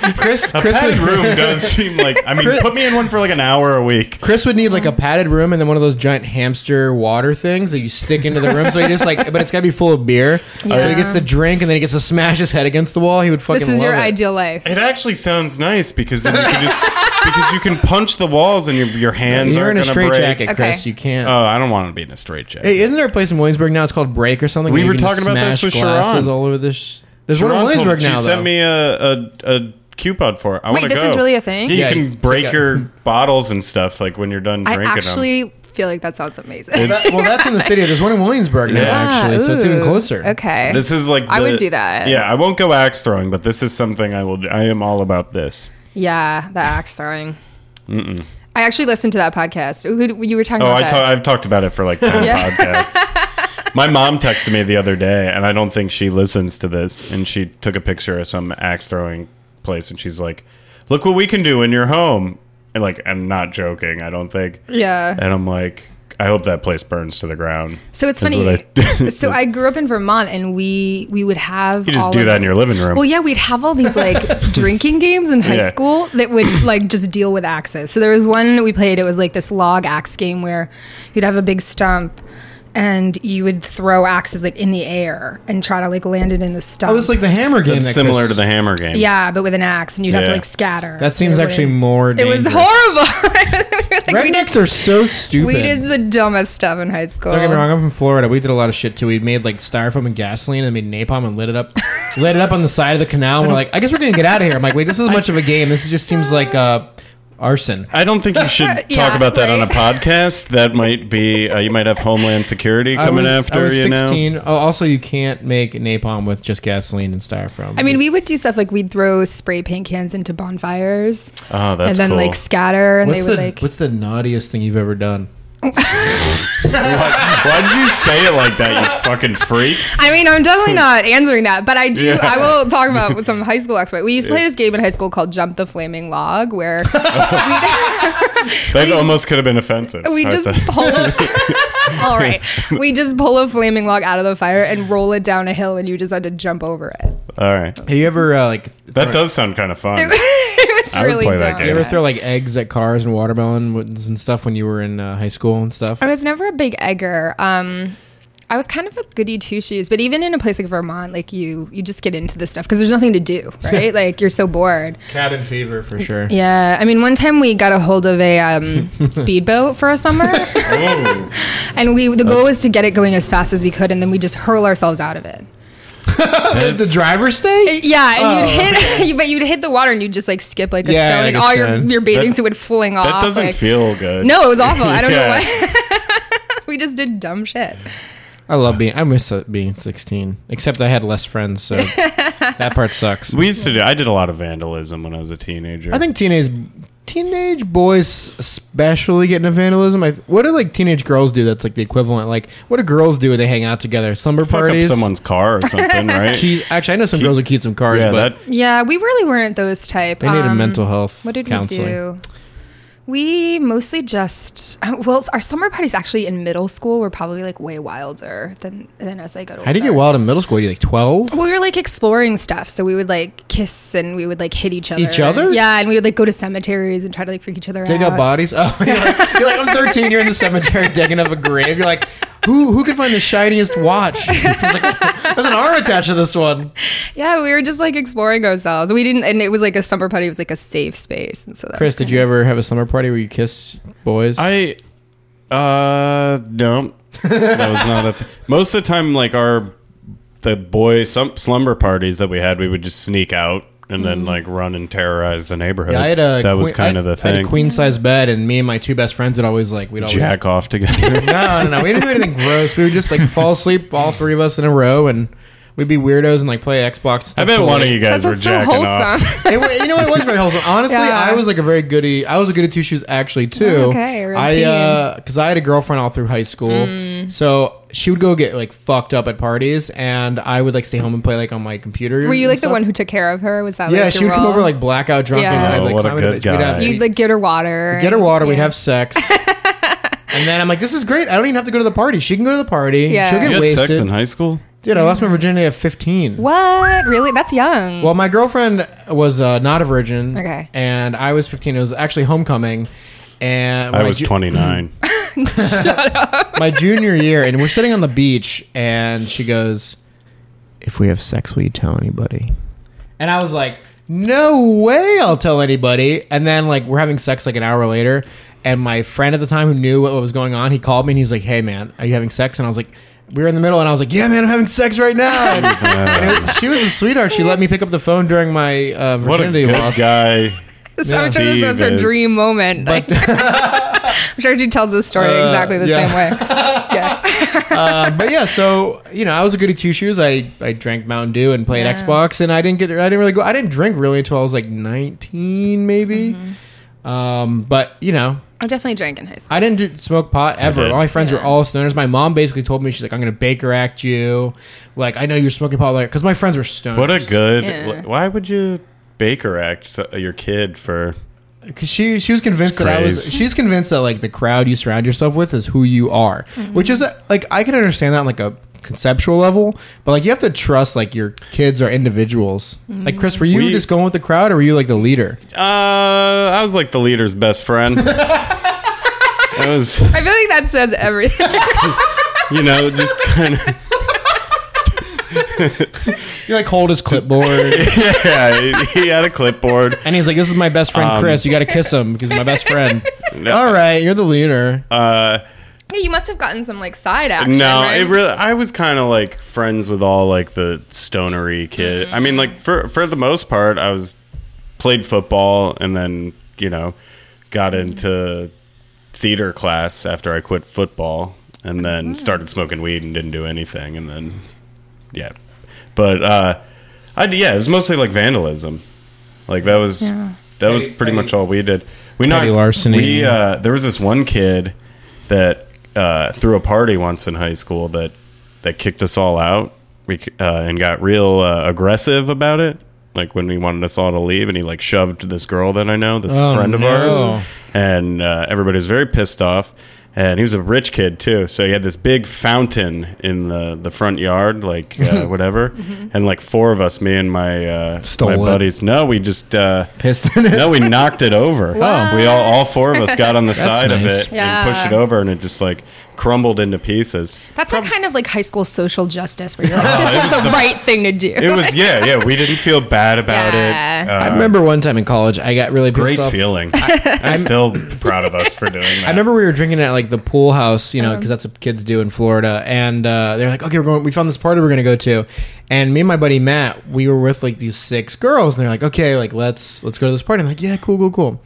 need Chris.
a
Chris
padded
would,
room does seem like. I mean,
Chris-
put me in one for like an hour a week.
Chris would need like a padded room and then one of those giant hamster water things that you stick into the room. So he just like, but it's gotta be full of beer. So he
Yeah.
gets to drink and then he gets to smash his head against the wall. He would fucking.
This is
love
your
it.
ideal life.
It actually sounds nice because then you can just because you can punch the walls and your your hands
You're in
aren't
a
gonna
straight
break.
jacket, Chris.
Okay.
You can't.
Oh, I don't want to be in a straight jacket.
Hey, isn't there a place in Williamsburg now? It's called Break or something.
We
where you
were
can just
talking about this
smash
with
glasses
Sharon.
all over this. There's
Toronto-
one in Williamsburg now.
She sent
though.
me a, a, a coupon for it. I
Wait,
wanna
this is
go.
really a thing?
Yeah, you
Yeah, you
can
can
break
check
your bottles and stuff like when you're done
I
drinking them.
actually feel like that sounds amazing. Ah,
That- well, that's in the city. There's one in Williamsburg now,
Yeah.
actually, so it's even
ooh,
closer.
Okay.
This is like
I
the-
would do that.
Yeah, I won't go axe throwing, but this is something I will. do. I am all about this.
yeah, the axe throwing. I actually listened to that podcast. Who, you were talking
Oh,
about
I
that.
ta- I've talked about it for like ten
Yeah.
podcasts. My mom texted me the other day, and I don't think she listens to this. And she took a picture of some axe throwing place, and she's like, "Look what we can do in your home." And like, I'm not joking. I don't think.
yeah.
And I'm like, I hope that place burns to the ground.
So it's
is
funny.
what I-
so I grew up in Vermont, and we we would have
You just
all
do
of-
that in your living room.
Well, yeah, we'd have all these like drinking games in high
Yeah.
school that would like just deal with axes. So there was one we played. It was like this log axe game where you'd have a big stump and you would throw axes like in the air and try to like land it in the stump.
Oh, it's like the hammer game.
That's
that
similar to
Chris-
the hammer game.
yeah, but with an axe, and you'd have to
Yeah.
like scatter.
That seems
It
actually
wouldn't-
more.
It was
dangerous.
horrible. like, we did
Rednecks are so stupid.
we did the dumbest stuff in high school.
Don't get me wrong. I'm from Florida. We did a lot of shit too. We made like styrofoam and gasoline, and made napalm and lit it up, lit it up on the side of the canal. And we're like, I guess we're gonna get out of here. I'm like, wait, this isn't much of a game. This just seems like uh, arson.
I don't think you should talk
Yeah,
about that on a
right.
podcast. That might be uh, you might have Homeland Security coming
I was,
after
I was
you now.
16. Oh, also, you can't make napalm with just gasoline and styrofoam.
I mean, we would do stuff like we'd throw spray paint cans into bonfires
Oh, that's
and then
cool.
like scatter, and
what's
they would
the
like.
what's the naughtiest thing you've ever done?
Why, why'd you say it like that? You fucking freak.
I mean, I'm
Hmm.
definitely not answering that, but I do.
Yeah.
I will talk about with some high school exploit. We used to play this game in high school called Jump the Flaming Log, where
That almost could have been offensive.
we
I
just
thought.
pull. A, all right, we just pull a flaming log out of the fire and roll it down a hill, and you just had to jump over it.
All right.
Have you ever uh, like
That does sound kind of fun.
it was
I would
really
play
dumb.
that game.
You ever throw like eggs at cars and watermelons and stuff when you were in uh, high school and stuff?
I was never a big egger. Um, I was kind of a goody two shoes, but even in a place like Vermont, like you, you just get into this stuff because there's nothing to do, right? like you're so bored.
Cabin fever for sure.
Yeah, I mean, one time we got a hold of a um, speedboat for a summer,
Oh,
and we the goal was to get it going as fast as we could, and then we just hurl ourselves out of it.
Did the driver
Uh,
stay?
Yeah, and
Oh,
you'd hit, you, but you'd hit the water and you'd just like skip like a
Yeah,
stone,
like
and
a
all
stone.
your your bathing
That-
suit would fling off.
that doesn't
like-
feel good.
No, it was awful. I don't know
Yeah.
why. we just did dumb shit.
I love being. I miss uh, being 16. Except I had less friends, so that part sucks.
We used to do. I did a lot of vandalism when I was a teenager.
I think teenage teenage boys especially get into vandalism. I, what do like teenage girls do? That's like the equivalent. Like what do girls do? when They hang out together, slumber
fuck
parties.
up someone's car or something, right?
Key- actually, I know some girls who keep some cars,
yeah,
but
that
Yeah, we really weren't those type.
they need a
Um,
mental health.
What did
counseling.
we do? We mostly just well, our summer parties actually in middle school were probably like way wilder than than as I got older.
How did you get wild in middle school? Were you like 12?
We were like exploring stuff, so we would like kiss and we would like hit each other.
Each other?
Yeah, and we would like go to cemeteries and try to like freak each other
Dig
out.
up bodies. Oh, you're like, you're like, I'm 13. You're in the cemetery digging up a grave. You're like, who who can find the shiniest watch? It's like, There's an arm attached to this one.
Yeah, we were just like exploring ourselves. We didn't, and it was like a summer party. It was like a safe space, and so that
Chris,
was
did you ever have a summer party where you kissed boys?
I uh no. that was not a th- most of the time like our the boy some slumber parties that we had we would just sneak out and then like run and terrorize the neighborhood.
Mm-hmm. Yeah, I had a
that was
queen-
kind
I-
of the
I had
thing.
a queen size bed, and me and my two best friends would always like we'd always
Jack off together.
No, no, no. We didn't do anything gross. We would just like fall asleep, all three of us in a row, and we'd be weirdos and like play Xbox. And stuff
I bet
till
one of
late.
you
That
guys were
sounds so
jacking off.
wholesome.
It wa- you know what? It was very wholesome. Honestly,
Yeah.
I was like a very goody. I was a goody two shoes actually too.
Oh, okay, we're a team. Mm.
I because I had a girlfriend all through high school, so she would go get like fucked up at parties, and I would like stay home and play like on my computer.
Were you
and
like the
stuff.
one who took care of her? Was that
Yeah,
like,
she
your
would come
role?
over like blackout drunk,
Yeah.
and I'd
Oh,
like
what a
climb into
good
the bitch. We'd
guy.
have-
You'd like get her water.
get her water. We'd
Yeah.
have sex. And then I'm like, this is great. I don't even have to go to the party. She can go to the party.
Yeah.
She'll get
You had
wasted.
sex in high school?
Dude, I lost my virginity at 15.
What? Really? That's young.
Well, my girlfriend was uh, not a virgin.
Mm-hmm. Okay.
And I was 15. It was actually homecoming. And
I
my
was
ju-
29.
My junior year, and we're sitting on the beach, and she goes, If we have sex, will you tell anybody? And I was like, No way I'll tell anybody. And then, like, we're having sex like an hour later, and my friend at the time who knew what was going on, he called me and he's like, Hey, man, are you having sex? And I was like, we were in the middle, and I was like, "Yeah, man, I'm having sex right now." And- and it was- she was a sweetheart. She let me pick up the phone during my uh,
what a
virginity
good
loss.
guy.
So I'm sure this
Steve
was her
is-
dream moment. Like, I'm sure she tells this story
Uh,
exactly the
yeah.
same way. Yeah.
Uh, but yeah, so you know, I was a goody two shoes. I, I drank Mountain Dew and played
Yeah.
Xbox, and I didn't get I didn't really go. I didn't drink really until I was like nineteen, maybe.
Mm-hmm.
Um, but you know,
I definitely drank in high school.
I didn't do, smoke pot ever.
did.
All my friends were
Yeah.
all stoners. My mom basically told me she's like, "I'm gonna Baker Act you." Like, I know you're smoking pot, like because my friends were stoners.
What a good.
Yeah.
Why would you Baker act so- your kid for
Cause she she was convinced
It's
that I was
crazy.
she's convinced that like the crowd you surround yourself with is who you are, which is uh, like I can understand that on like a conceptual level, but like you have to trust like your kids are individuals. Like Chris, were you
Mm-hmm. We-
just going with the crowd or were you like the leader?
Uh, I was like the leader's best friend. I was,
I feel like that says everything.
you know, just kind of.
You like hold his clipboard
Yeah, he, he had a clipboard.
and he's like, "This is my best friend,
Um,
Chris. You got to kiss him because he's my best friend." All right, you're the leader.
Uh,
you must have gotten some like side action.
no,
right?
it really. I was kind of like friends with all like the stonery kid. I mean, like for for the most part, I was played football and then you know got into theater class after I quit football and then started smoking weed and didn't do anything and then yeah, but uh, I yeah, it was mostly like vandalism. Like that was that was
Petty-
pretty
petty-
much all we did. We
Petty
knocked-
larceny.
We uh, there was this one kid that uh, threw a party once in high school that that kicked us all out. We c- uh, and got real uh, aggressive about it. Like when we wanted us all to leave, and he like shoved this girl that I know, this
Oh,
friend of
no.
ours, and uh, everybody was very pissed off. And he was a rich kid too, so he had this big fountain in the, the front yard, like uh, whatever. And like four of us, me and my uh,
Mm-hmm. Stole
my
it.
buddies. No, we just uh,
Pissed in it.
no, we knocked it over.
Wow.
We all, all four of us got on the side of
nice.
it and pushed it
Yeah.
over, and it just like crumbled into pieces.
That's like kind of like high school social justice where you're like,
it
this was
was
the,
the-
right thing to do.
It was yeah, yeah. We didn't feel bad about
Yeah.
it. Uh,
I remember one time in college, I got really pissed
great
off.
feeling. I, I'm still proud of us for doing that.
I remember we were drinking at like the pool house, you know, because that's what kids do in Florida. And uh, they're like, okay, we're going, we found this party we're going to go to. And me and my buddy Matt, we were with like these six girls, and they're like, okay, like let's let's go to this party. I'm like, yeah, cool, cool, cool.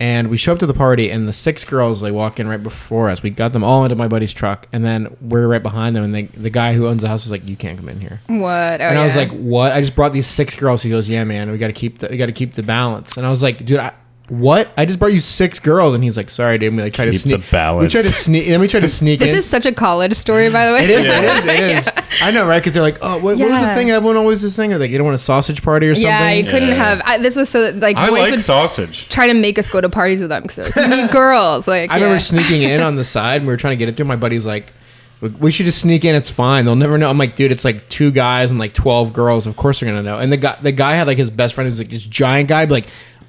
And we show up to the party, and the six girls like walk in right before us. We got them all into my buddy's truck, and then we're right behind them. And they, the guy who owns the house was like, "You can't come in here."
what? Oh,
and I was
yeah.
like, "What?" I just brought these six girls. He goes, "Yeah, man, we got to keep the we got to keep the balance." And I was like, "Dude, I, what? I just brought you six girls." And he's like, "Sorry, dude." And we like try to
Keep
sneak
the balance.
We try to sneak. Then we try to sneak.
this
in.
is such a college story, by the way.
It is. It is. It is. I know, right? Because they're like, "Oh, what, what was the
Yeah.
thing everyone always was saying?" Or like, "You don't want a sausage party or something."
Yeah, you couldn't
Yeah.
have. I, this was so that like
I
boys
like
would
sausage.
try to make us go to parties with them because like, we need girls. Like
I remember
yeah.
sneaking in on the side. and We were trying to get it through. My buddy's like. "We- We should just sneak in. It's fine. They'll never know. I'm like, dude, it's like two guys and like twelve girls. Of course they're gonna know. And the guy, the guy had like his best friend who's like this giant guy. be like,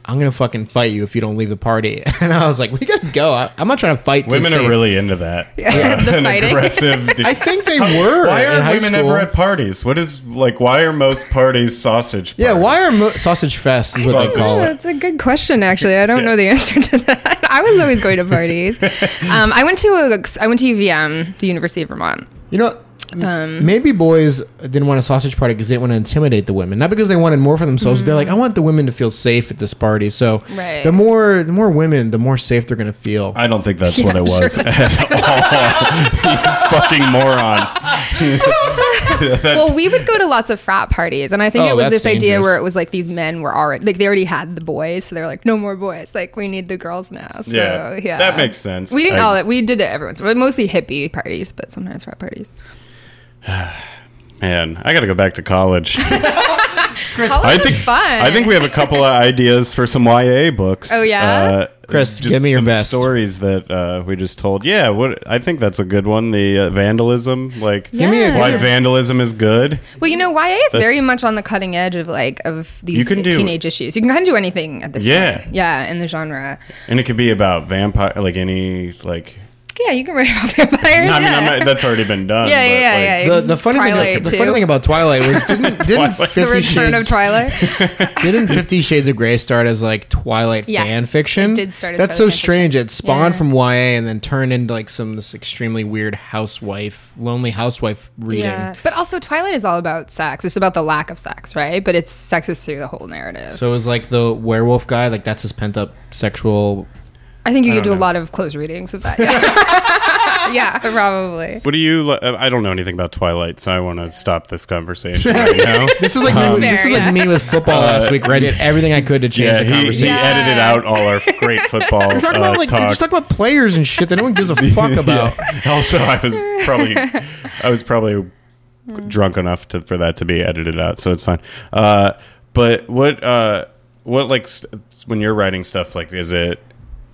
I'm gonna fucking fight you if you don't leave the party. And I was like, we gotta go. I, I'm not trying to fight. to
Women are
save-
really into that.
Yeah, the
an
fighting.
aggressive.
I think they were.
Why
in
are
high
women
school.
ever at parties? What is like? Why are most parties sausage?
Yeah,
parties?
why are mo- sausage fest is what they
Sausage
call
Oh,
it.
that's a good question. Actually, I don't
Yeah.
know the answer to that. I was always going to parties. um, I went to a, I went to UVM, the University of Vermont.
You know, m-
Um,
maybe boys didn't want a sausage party because they didn't want to intimidate the women, not because they wanted more for themselves. They're like, I want the women to feel safe at this party. So
Mm. Right.
the more the more women, the more safe they're gonna feel.
I don't think that's
Yeah,
what it
I'm sure
was
that's
at all. you fucking moron.
well, we would go to lots of frat parties, and I think
Oh,
it was
that's
this idea
dangerous.
where it was like these men were already like they already had the boys, so they were like, no more boys, like we need the girls now. So
Yeah,
yeah,
that makes sense.
We didn't
I-
all we did it every once, in a while, mostly hippie parties, but sometimes frat parties.
Man, I got to go back to college.
College
I think
is Oh, fun.
I think we have a couple of ideas for some YA books. Uh,
Oh, yeah?
Chris, give me your
some
best.
stories that uh, we just told. Yeah, what I think that's a good one. The uh, vandalism, like
Give me a Yeah.
why
good-
vandalism is good.
Well, you know, YA is
That's-
very much on the cutting edge of like of these
You can do-
teenage issues. You can kind of do anything at this
Yeah.
point. Yeah, in the genre.
And it could be about vampire, like any like.
Yeah, you can write about vampires.
No, I mean,
yeah.
I'm not, that's already been done.
yeah,
but,
yeah, yeah,
like,
yeah.
the, the, funny thing,
Twilight,
the funny
too.
thing about Twilight was didn't, didn't,
Twilight.
the
Fifty,
return of
Shades,
Twilight.
didn't Fifty Shades of Grey start as like Twilight
Yes,
fan fiction?
it did start as
That's so
fan fiction.
strange. It spawned
Yeah.
from YA and then turned into like some this extremely weird housewife, lonely housewife reading.
But also, Twilight is all about sex. It's about the lack of sex, right? But it's sexist through the whole narrative.
So it was like the werewolf guy, like that's his pent up sexual.
I think you
I
could do
don't
a
know.
lot of close readings of that. Yeah, yeah probably.
What do you? li- uh, I don't know anything about Twilight, so I want to stop this conversation right now.
This is like
That's
me, this
fair,
is like
yeah.
me with football last week. Where I did everything I could to change
Uh, Yeah,
the
he,
conversation.
he
Yeah.
edited out all our great football
We're talking
uh,
about like
talk.
they just talk about players and shit that no one gives a fuck about.
Yeah. Also, I was probably I was probably
Hmm.
drunk enough to, for that to be edited out, so it's fine. Uh, but what uh, what like st- when you're writing stuff like is it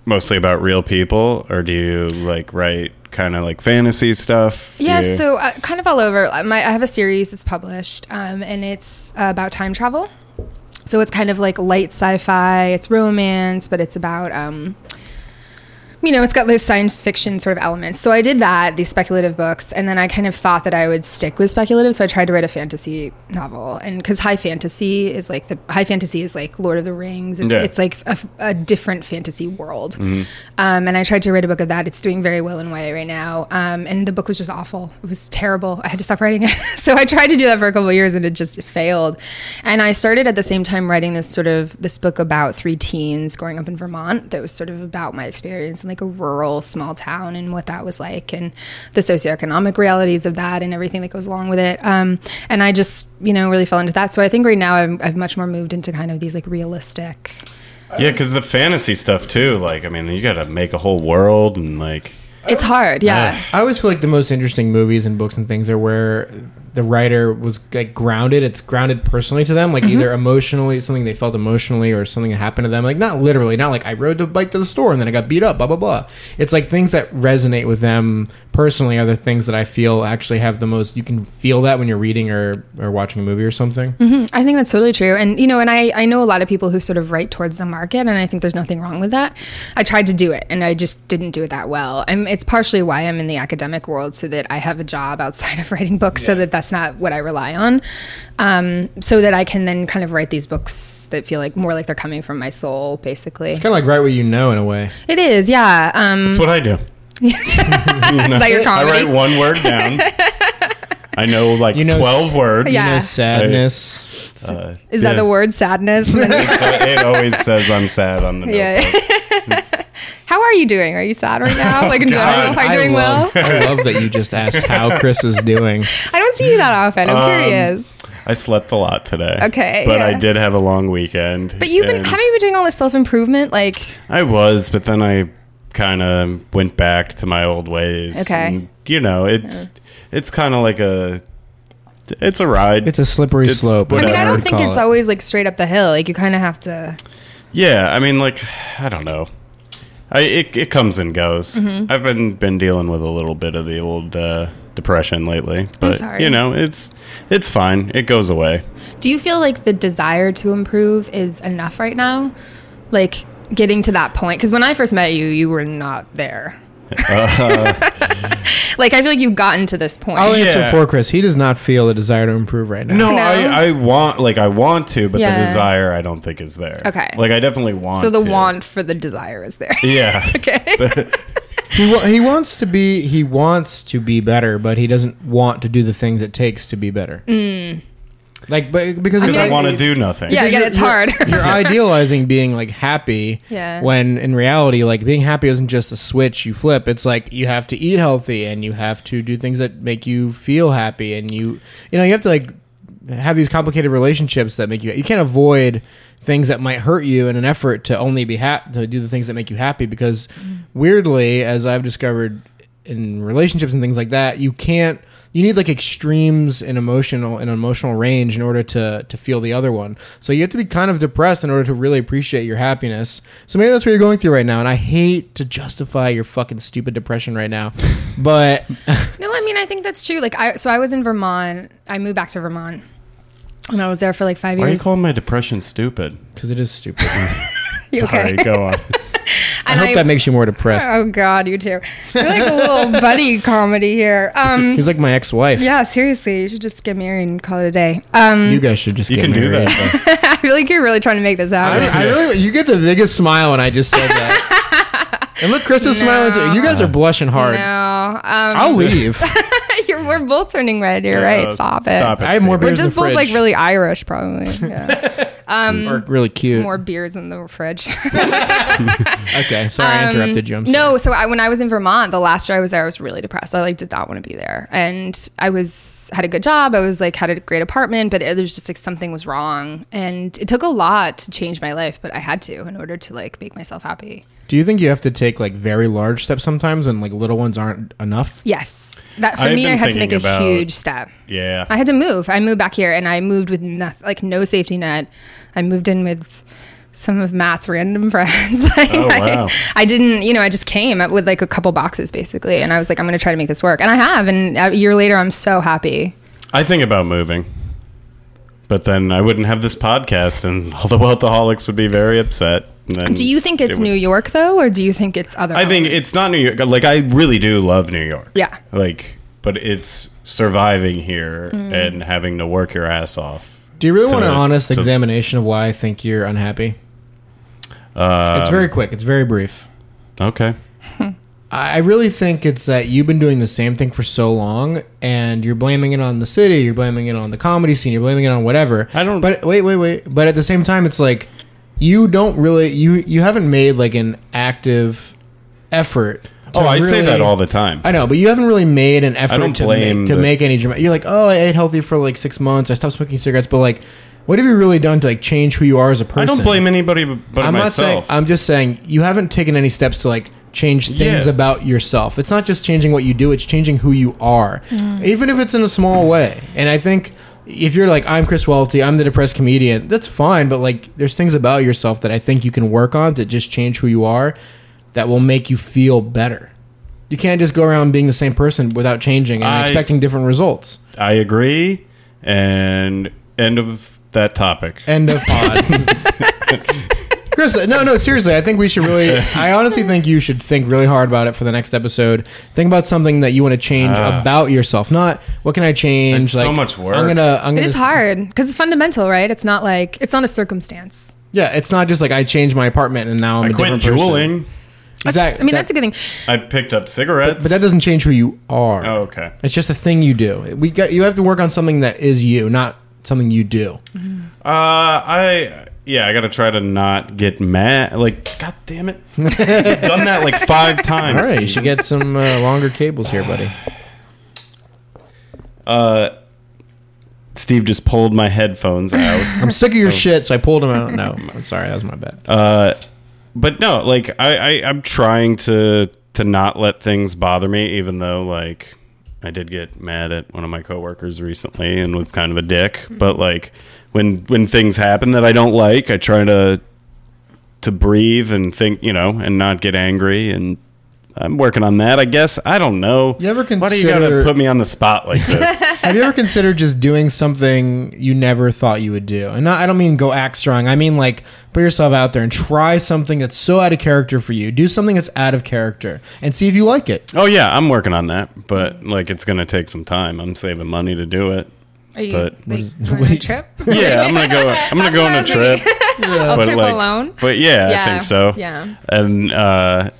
mostly about real people or do you like write kind of like fantasy stuff? Do
Yeah,
you-
so uh, kind of all over. Uh, My, I have a series that's published, um, and it's uh, about time travel. So it's kind of like light sci-fi. It's romance, but it's about, um, you know, it's got those science fiction sort of elements. So I did that, these speculative books, and then I kind of thought that I would stick with speculative. So I tried to write a fantasy novel, and because high fantasy is like the high fantasy is like Lord of the Rings. It's,
Yeah.
it's like a, a different fantasy world. Um, and I tried to write a book of that. It's doing very well in YA right now. Um, and the book was just awful. It was terrible. I had to stop writing it. so I tried to do that for a couple of years and it just failed. And I started at the same time writing this sort of this book about three teens growing up in Vermont that was sort of about my experience in like a rural small town and what that was like and the socioeconomic realities of that and everything that goes along with it. Um, and I just, you know, really fell into that. So I think right now I'm, I've much more moved into kind of these like realistic
Yeah, because the fantasy stuff too. Like, I mean, you got to make a whole world and like.
It's hard, yeah.
I always feel like the most interesting movies and books and things are where the writer was like grounded. It's grounded personally to them, like
Mm-hmm.
either emotionally, something they felt emotionally, or something that happened to them. Like not literally, not like I rode the bike to the store and then I got beat up, blah blah blah. It's like things that resonate with them personally are the things that I feel actually have the most. You can feel that when you're reading or or watching a movie or something.
Hmm, I think that's totally true. And, you know, and I, I know a lot of people who sort of write towards the market, and I think there's nothing wrong with that. I tried to do it, and I just didn't do it that well. i it's partially why I'm in the academic world, so that I have a job outside of writing books, so that that's not what I rely on. Um, so that I can then kind of write these books that feel like more like they're coming from my soul, basically.
Kind of like write what you know in a way.
It is, yeah. Um,
That's what I do.
is that your
I
comedy?
write one word down. I know like
You know,
12 words.
Yeah.
You know, sadness.
Uh,
is that
yeah.
the word sadness?
So it always says I'm sad on the notebook.
yeah. How are you doing? Are you sad right now? Like in general,
Oh God,
are you
I
doing well?
love- I love that you just asked how Chris is doing.
I don't see you that often. I'm
Um,
curious.
I slept a lot today.
Okay,
But I
yeah.
did have a long weekend.
But you've been
and
haven't you been doing all this self improvement? Like
I was, but then I kind of went back to my old ways.
Okay.
And, you know, it's it's kind of like a it's a ride.
It's a slippery
It's-
slope.
I
I mean,
Whatever
I
you
don't think it's always like straight up the hill. Like you kind of have to.
Yeah, I mean, like I don't know. I it, it comes and goes.
Mm-hmm.
I've been been dealing with a little bit of the old uh, depression lately, but
sorry.
you know, it's it's fine. It goes away.
Do you feel like the desire to improve is enough right now? Like getting to that point? Because when I first met you, you were not there. like I feel like you've gotten to this point.
I'll
yeah.
answer for Chris. He does not feel the desire to improve right now.
No,
No?
I, I want like I want to, but the
Yeah.
desire I don't think is there.
Okay.
like I definitely want.
so the
to.
want for the desire is there.
Yeah.
okay.
He, wa- he wants to be he wants to be better, but he doesn't want to do the things it takes to be better.
Mm.
Like, but because
Because
it's
I
like-
want to do nothing.
yeah,
Because
again,
you're-
it's hard.
You're idealizing being like happy,
Yeah.
when in reality, like being happy isn't just a switch you flip. It's like you have to eat healthy and you have to do things that make you feel happy, and you you know you have to like have these complicated relationships that make you. You can't avoid things that might hurt you in an effort to only be happy to do the things that make you happy because
Mm.
weirdly, as I've discovered in relationships and things like that, you can't you need like extremes in emotional in emotional range in order to to feel the other one. So you have to be kind of depressed in order to really appreciate your happiness. So maybe that's what you're going through right now. And I hate to justify your fucking stupid depression right now, but
No, I mean I think that's true. Like I so I was in Vermont. I moved back to Vermont. And I was there for like five
Why are you
years.
calling my depression stupid?
because it is stupid.
You okay?
Sorry, go on.
I
And
hope that makes you more depressed.
Oh God, you too. You're like a little buddy comedy here. Um,
He's like my ex-wife.
yeah, seriously, you should just get married and call it a day. Um,
You guys should just
You
get
can do
married.
that.
I feel like you're really trying to make this
I,
happen.
I really, you get the biggest smile when I just said that. and look, Chris is smiling too. You guys are blushing hard.
No,
I'll
um,
leave.
you're, we're both turning red. You're
though.
right.
Uh,
Stop it.
Stop it.
I have more
Steve.
We're
Beers in
just
the
both like
fridge.
really Irish, probably. Yeah.
Or really cute.
Um, More beers in the fridge.
Okay, sorry I interrupted you. I'm sorry.
no, so I, when I was in Vermont, the last year I was there, I was really depressed. I like did not want to be there, and I was had a good job. I was like had a great apartment, but it was just like something was wrong, and it took a lot to change my life, but I had to in order to like make myself happy.
Do you think you have to take like very large steps sometimes, and like little ones aren't enough?
Yes, that for
I've
me, I
been
had to
thinking
make a
about-
huge step.
Yeah.
I had to move. I moved back here, and I moved with nothing, like no safety net. I moved in with some of Matt's random friends. like,
Oh, wow.
I, I didn't, you know, I just came up with like a couple boxes basically, and I was like, I'm going to try to make this work, and I have. And a year later, I'm so happy.
I think about moving. But then I wouldn't have this podcast, and all the Wealthaholics would be very upset. and then
Do you think it's
it would-
New York though, or do you think it's other?
I think
elements?
it's not New York. Like, I really do love New York.
Yeah.
Like, but it's surviving here
Mm.
and having to work your ass off.
Do you really want an
To-
honest
to-
examination of why I think you're unhappy?
Uh,
It's very quick. It's very brief.
okay.
I I really think it's that you've been doing the same thing for so long, and you're blaming it on the city, you're blaming it on the comedy scene, you're blaming it on whatever.
I don't-
But wait, wait, wait. But at the same time, it's like you don't really you you haven't made like an active effort. to
Oh, I say
really-
that all the time.
I know, but you haven't really made an effort
don't
to,
blame
make, to
the-
make any dramatic. You're like, oh, I ate healthy for like six months. I stopped smoking cigarettes, but like, what have you really done to like change who you are as a person?
I don't blame anybody but myself.
I'm not saying. I'm just saying you haven't taken any steps to like change things
Yeah.
about yourself. It's not just changing what you do; it's changing who you are, even if it's in a small way. And I think if you're like, I'm Chris Welty, I'm the depressed comedian. That's fine, but like, there's things about yourself that I think you can work on to just change who you are, that will make you feel better. You can't just go around being the same person without changing and
I-
expecting different results.
I agree. And end of that topic.
End of pod. Chris, no, no, seriously, I think we should really. I honestly think you should think really hard about it for the next episode. Think about something that you want to change
Ah.
about yourself, not what can I change.
It's so much work.
I'm gonna. I'm
It
gonna
is hard because it's fundamental, right? It's not like it's not a circumstance.
Yeah, it's not just like I changed my apartment and now I'm
I
a
quit
different person.
jeweling.
That's-
Exact-
I mean,
that-
that's a good thing.
I picked up cigarettes.
But that doesn't change who you are.
Oh, okay.
It's just a thing you do. We got. You have to work on something that is you, not something you do.
Uh, I yeah, I gotta try to not get mad. Like, god damn it, I've done that like five times.
All right, you should get some uh, longer cables here, buddy.
Uh, Steve just pulled my headphones out.
I'm sick
Oh.
of your shit, so I pulled them out. No, I'm sorry, that was my bad.
Uh, but no, like I, I I'm trying to to not let things bother me, even though like I did get mad at one of my coworkers recently and was kind of a dick. But like when when things happen that I don't like, I try to to breathe and think, you know, and not get angry and. I'm working on that, I guess. I don't know.
You ever
Why do you gotta
consider-
put me on the spot like this?
Have you ever considered just doing something you never thought you would do? And not, I don't mean go act strong. I mean like put yourself out there and try something that's so out of character for you. Do something that's out of character and see if you like it.
oh yeah, I'm working on that, but like it's gonna take some time. I'm saving money to do it.
Are you
But-
like,
is-
going
what
on a
is-
trip?
yeah, I'm gonna go. I'm gonna go on a trip.
I'll trip alone.
But yeah,
Yeah,
I think so.
yeah.
And uh,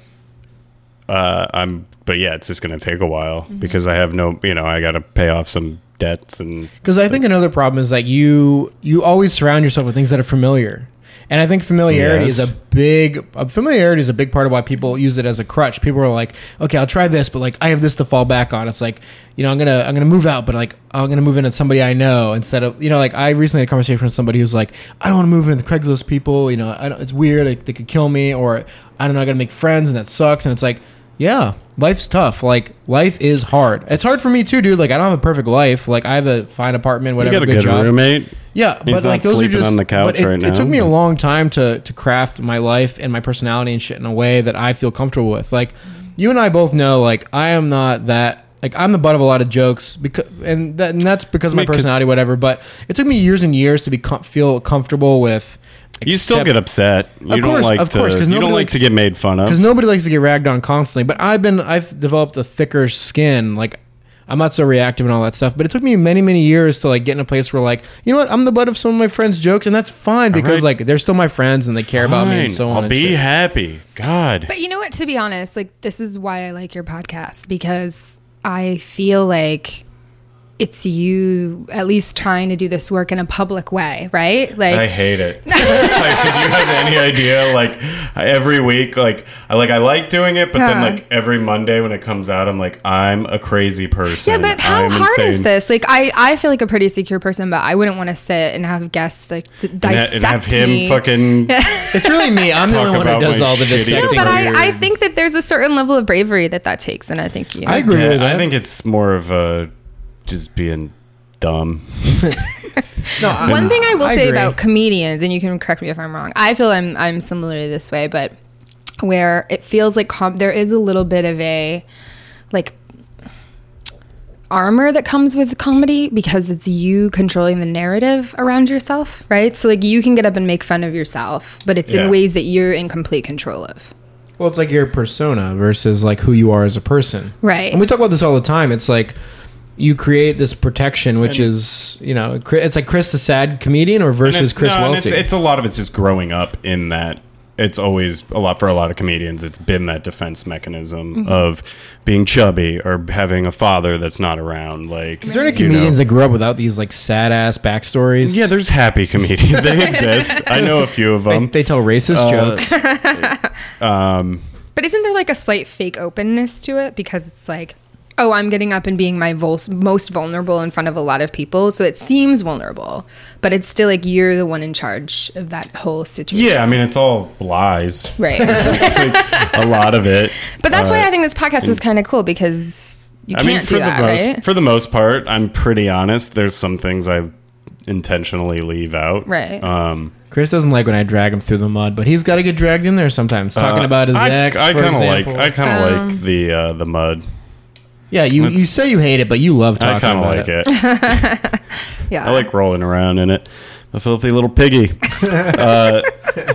uh, I'm. But yeah, it's just gonna take a while
Mm-hmm.
because I have no. You know, I gotta pay off some debts and.
Because I think another problem is like you you always surround yourself with things that are familiar. And I think familiarity
Yes.
is a big uh, familiarity is a big part of why people use it as a crutch. People are like, okay, I'll try this, but like I have this to fall back on. It's like, you know, I'm gonna I'm gonna move out, but like I'm gonna move in at somebody I know instead of you know, like I recently had a conversation with somebody who's like, I don't want to move in with Craigslist people. You know, I don't, it's weird. Like, they could kill me, or I don't know. I gotta make friends, and that sucks. And it's like, yeah, life's tough. Like life is hard. It's hard for me too, dude. Like I don't have a perfect life. Like I have a fine apartment,
You
whatever.
got a good
job.
roommate.
Yeah,
He's
but like
not
those are
sleeping
just
on the couch
but it,
right
It took
now,
me a
but-
long time to to craft my life and my personality and shit in a way that I feel comfortable with. Like you and I both know, like I am not that. Like I'm the butt of a lot of jokes because and, that, and that's because of my
mean, 'cause-
personality, whatever. But it took me years and years to be com- feel comfortable with.
You still
accept-
get upset. You don't
course,
like
of
to,
course, 'cause
you don't
nobody
like to
likes-
get made fun of.
because nobody likes to get ragged on constantly. But I've been I've developed a thicker skin. Like I'm not so reactive and all that stuff. But it took me many many years to like get in a place where like you know what I'm the butt of some of my friends' jokes, and that's fine because
right.
like they're still my friends and they care about me and
Fine,
so on.
I'll
and
be
shit.
happy. God.
But you know what? To be honest, like this is why I like your podcast because I feel like it's you at least trying to do this work in a public way, right? Like
I hate it. like, do you have any idea? Like I- every week, like I like I like doing it, but then
Yeah.
like every Monday when it comes out, I'm like I'm a crazy person.
yeah, but how
I'm
hard is
insane.
this? Like, I, I feel like a pretty secure person, but I wouldn't want to sit and have guests like d-
And,
dissect
ha- and have him
me.
fucking.
It's really me. I'm the
Talk
only one who
about
does
my
all the
shitty
dissecting.
no, but
weird.
I, I think that there's a certain level of bravery that that takes, and I think you.
eh? I agree with
Yeah, I
that.
think it's more of a just being uh, dumb.
No, I,
One thing I will say
agree.
about comedians, and you can correct me if I'm wrong. I feel I'm I'm similarly this way, but where it feels like com- there is a little bit of a like armor that comes with comedy because it's you controlling the narrative around yourself, right? So like you can get up and make fun of yourself, but it's
Yeah.
in ways that you're in complete control of.
Well, it's like your persona versus like who you are as a person.
Right.
And we talk about this all the time. It's like you create this protection, which is you know, cri- it's like Chris the sad comedian or
And
versus
it's-
Chris
no, and
Welty.
It's, it's a lot of it's just growing up in that. It's always a lot for a lot of comedians. It's been that defense mechanism of being chubby or having a father that's not around. Like,
is there any comedians that grew up without these like sad ass backstories?
yeah, there's happy comedians. they exist. I know a few of
they,
them.
they tell racist jokes.
But isn't there like a slight fake openness to it because it's like, oh, I'm getting up and being my vul- most vulnerable in front of a lot of people, so it seems vulnerable, but it's still like you're the one in charge of that whole situation.
Yeah, I mean, it's all lies.
Right.
a lot of it.
but that's why I think this podcast is kind of cool because you
Uh, I
can't
mean, for
do that,
the most
right?
for the most part, I'm pretty honest. There's some things I intentionally leave out.
Right.
Um,
Chris doesn't like when I drag him through the mud, but he's got to get dragged in there sometimes. Talking
uh,
about his
I,
ex.
I
kind of
like. I kind of like
Um,
the uh, the mud.
yeah, you, you
That's-
say you hate it, but you love talking
I kind of
about
like
it.
it.
yeah.
I like rolling around in it. A filthy little piggy. uh,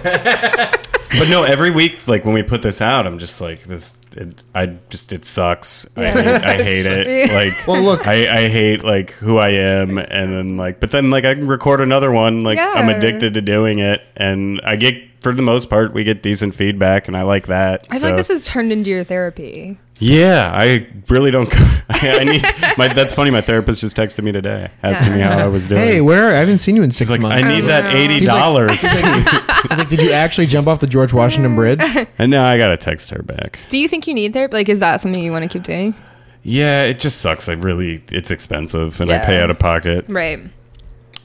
but no, every week, like when we put this out, I'm just like this. It, I just it sucks. I
Yeah.
hate, I hate it. Like,
Well, look.
I, I hate like who I am, and then like, but then like I can record another one. Like I'm
Yeah.
addicted to doing it, and I get for the most part we get decent feedback, and I like that.
I feel
so-
like this has turned into your therapy.
yeah, I really don't. I need my. That's funny. My therapist just texted me today, asking me how I was doing.
Hey, where? I haven't seen you in
He's
six
like,
months.
I need
Oh,
that
no.
eighty
He's
dollars,
I was like, did you actually jump off the George Washington Bridge?
and now I gotta text her back.
Do you think you need therapy? Like, is that something you want to keep doing?
Yeah, it just sucks. I really, it's expensive, and I
Yeah.
pay out of pocket.
Right.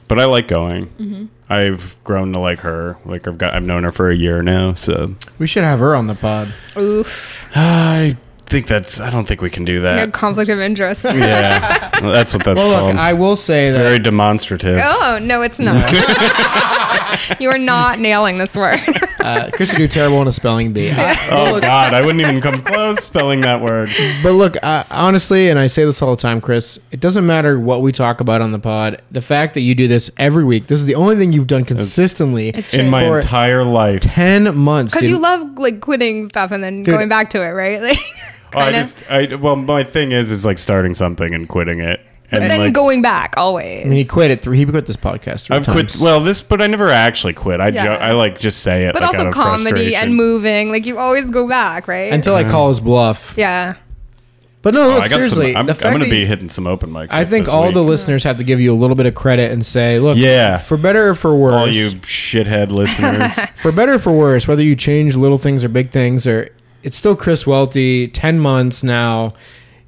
But I like going.
Mm-hmm.
I've grown to like her. Like I've got, I've known her for a year now. So
We should have her on the pod.
Oof.
I think that's. I don't think we can do
No
that.
conflict of interest.
yeah, Well, that's what that's
Well,
called.
look, I will say that
Very demonstrative.
Oh, no, it's not. you are not nailing this word.
uh, Chris would do terrible in a spelling bee. I-
Oh God, I wouldn't even come close spelling that word.
but look, I, honestly, and I say this all the time, Chris, it doesn't matter what we talk about on the pod. The fact that you do this every week, this is the only thing you've done consistently
It's
In
true.
my
For-
entire life,
ten months.
Because
dude.
you love like quitting stuff and then going back to it, right?
Oh,
Like,
I
kinda.
just, I well, my thing is, is like starting something and quitting it,
but
and
then
like,
going back always.
I mean, he quit it. Three. He quit this podcast. Three
I've
times.
quit. Well, this, but I never actually quit. I
Yeah.
jo- I like just say it,
but
like, out
also
of
comedy
frustration.
and moving, like you always go back, right?
until I call his bluff.
yeah,
But no,
Oh,
look,
I got
seriously,
some, I'm,
the
I'm
fact
going
that
to be
you-
hitting some open mics.
I
like
think
this
all
week.
the listeners have to give you a little bit of credit and say, look,
Yeah.
for better or for worse,
all you shithead listeners.
for better or for worse, whether you change little things or big things, or it's still Chris Welty, 10 months now.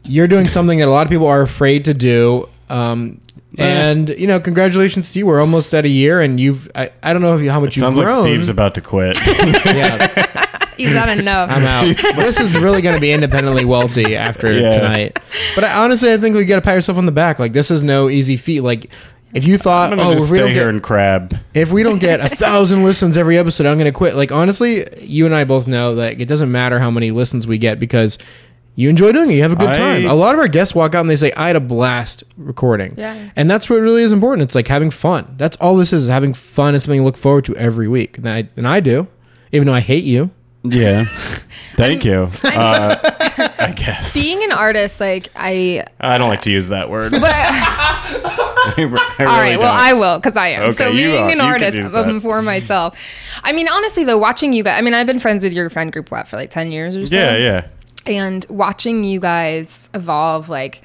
You're doing something that a lot of people are afraid to do. Um, and, you know, congratulations to you. We're almost at a year, and you've, I, I don't know if you, how much you've
Sounds
grown.
like Steve's about to quit.
yeah,
he's not enough.
I'm out. this is really going to be independently Welty after
Yeah.
tonight. But I, honestly, I think we got to pat yourself on the back. Like, this is no easy feat. Like, if you thought,
I'm
oh,
going to
if
just
we
stay
don't
here
get,
and crab.
if we don't get a thousand listens every episode, I'm going to quit. Like, honestly, you and I both know that it doesn't matter how many listens we get because you enjoy doing it. You have a good
I-
time. A lot of our guests walk out and they say, I had a blast recording.
Yeah.
And that's what really is important. It's like having fun. That's all this is, is having fun and something to look forward to every week. And I, and I do, even though I hate you.
Yeah. Thank you. Uh, I guess.
Being an artist, like I,
I don't like to use that word.
but
I re- I
all
really
right, well
don't.
I will because I am.
Okay,
so
you
being
are.
an
You can
artist
do that.
um, for myself. I mean, honestly though, watching you guys, I mean, I've been friends with your friend group what for like ten years or so.
Yeah, yeah.
and watching you guys evolve like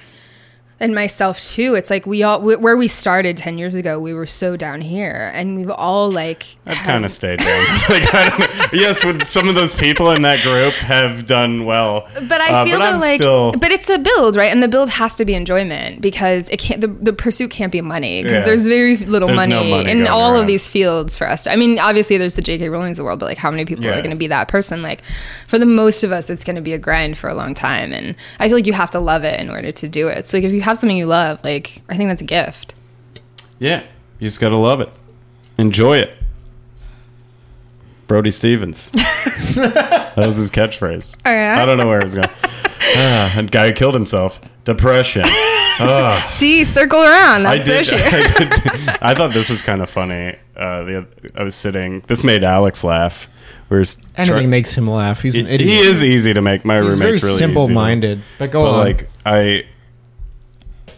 and myself too it's like we all wh- where we started 10 years ago we were so down here and we've all like
I've kind of stayed down. like, I don't, yes, with some of those people in that group have done well.
but I
Uh,
feel though
I'm
like,
still-
but it's a build, right? And the build has to be enjoyment because it can't. The, the pursuit can't be money because
Yeah.
there's very little
There's
money,
no money
in
going
all
around.
of these fields for us. To, I mean, obviously there's the J.K. Rowling's of the world, but like how many people
Yeah.
are going to be that person? Like for the most of us, it's going to be a grind for a long time, and I feel like you have to love it in order to do it. So like if you have something you love, like I think that's a gift.
Yeah. You just gotta love it. Enjoy it. Brody Stevens. that was his catchphrase.
All right.
I don't know where it was going. Ah, a guy who killed himself. Depression. Ah,
See, circle around.
I
That's the
did.
issue.
I, did- I thought this was kind of funny. Uh, the, oth- I was sitting. This made Alex laugh. We were s-
Anything
try-
makes him laugh. He's an
he,
idiot.
he is easy to make. My
He's very
roommate's really easy to-
simple-minded. But go
but
on.
like I,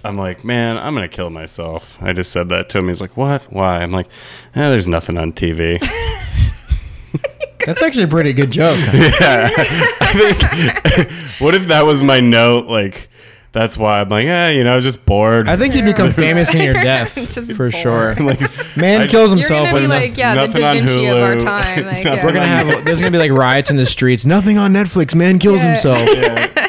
I'm like, man, I'm gonna kill myself. I just said that to him. He's like, what? Why? I'm like, eh, there's nothing on TV.
That's actually a pretty good joke.
yeah, I think. what if that was my note? Like, that's why I'm like, yeah, you know, I was just bored.
I think you'd become
Yeah.
famous in your death
Just
for
bored.
sure.
like,
Man
I-
kills
You're
himself.
gonna be
with nothing.
like, yeah, the
nothing
Da
on
Vinci of our
Hulu.
time.
Nothing
Like, yeah.
we're gonna have there's gonna be like riots in the streets. Nothing on Netflix. Man kills
Yeah.
himself.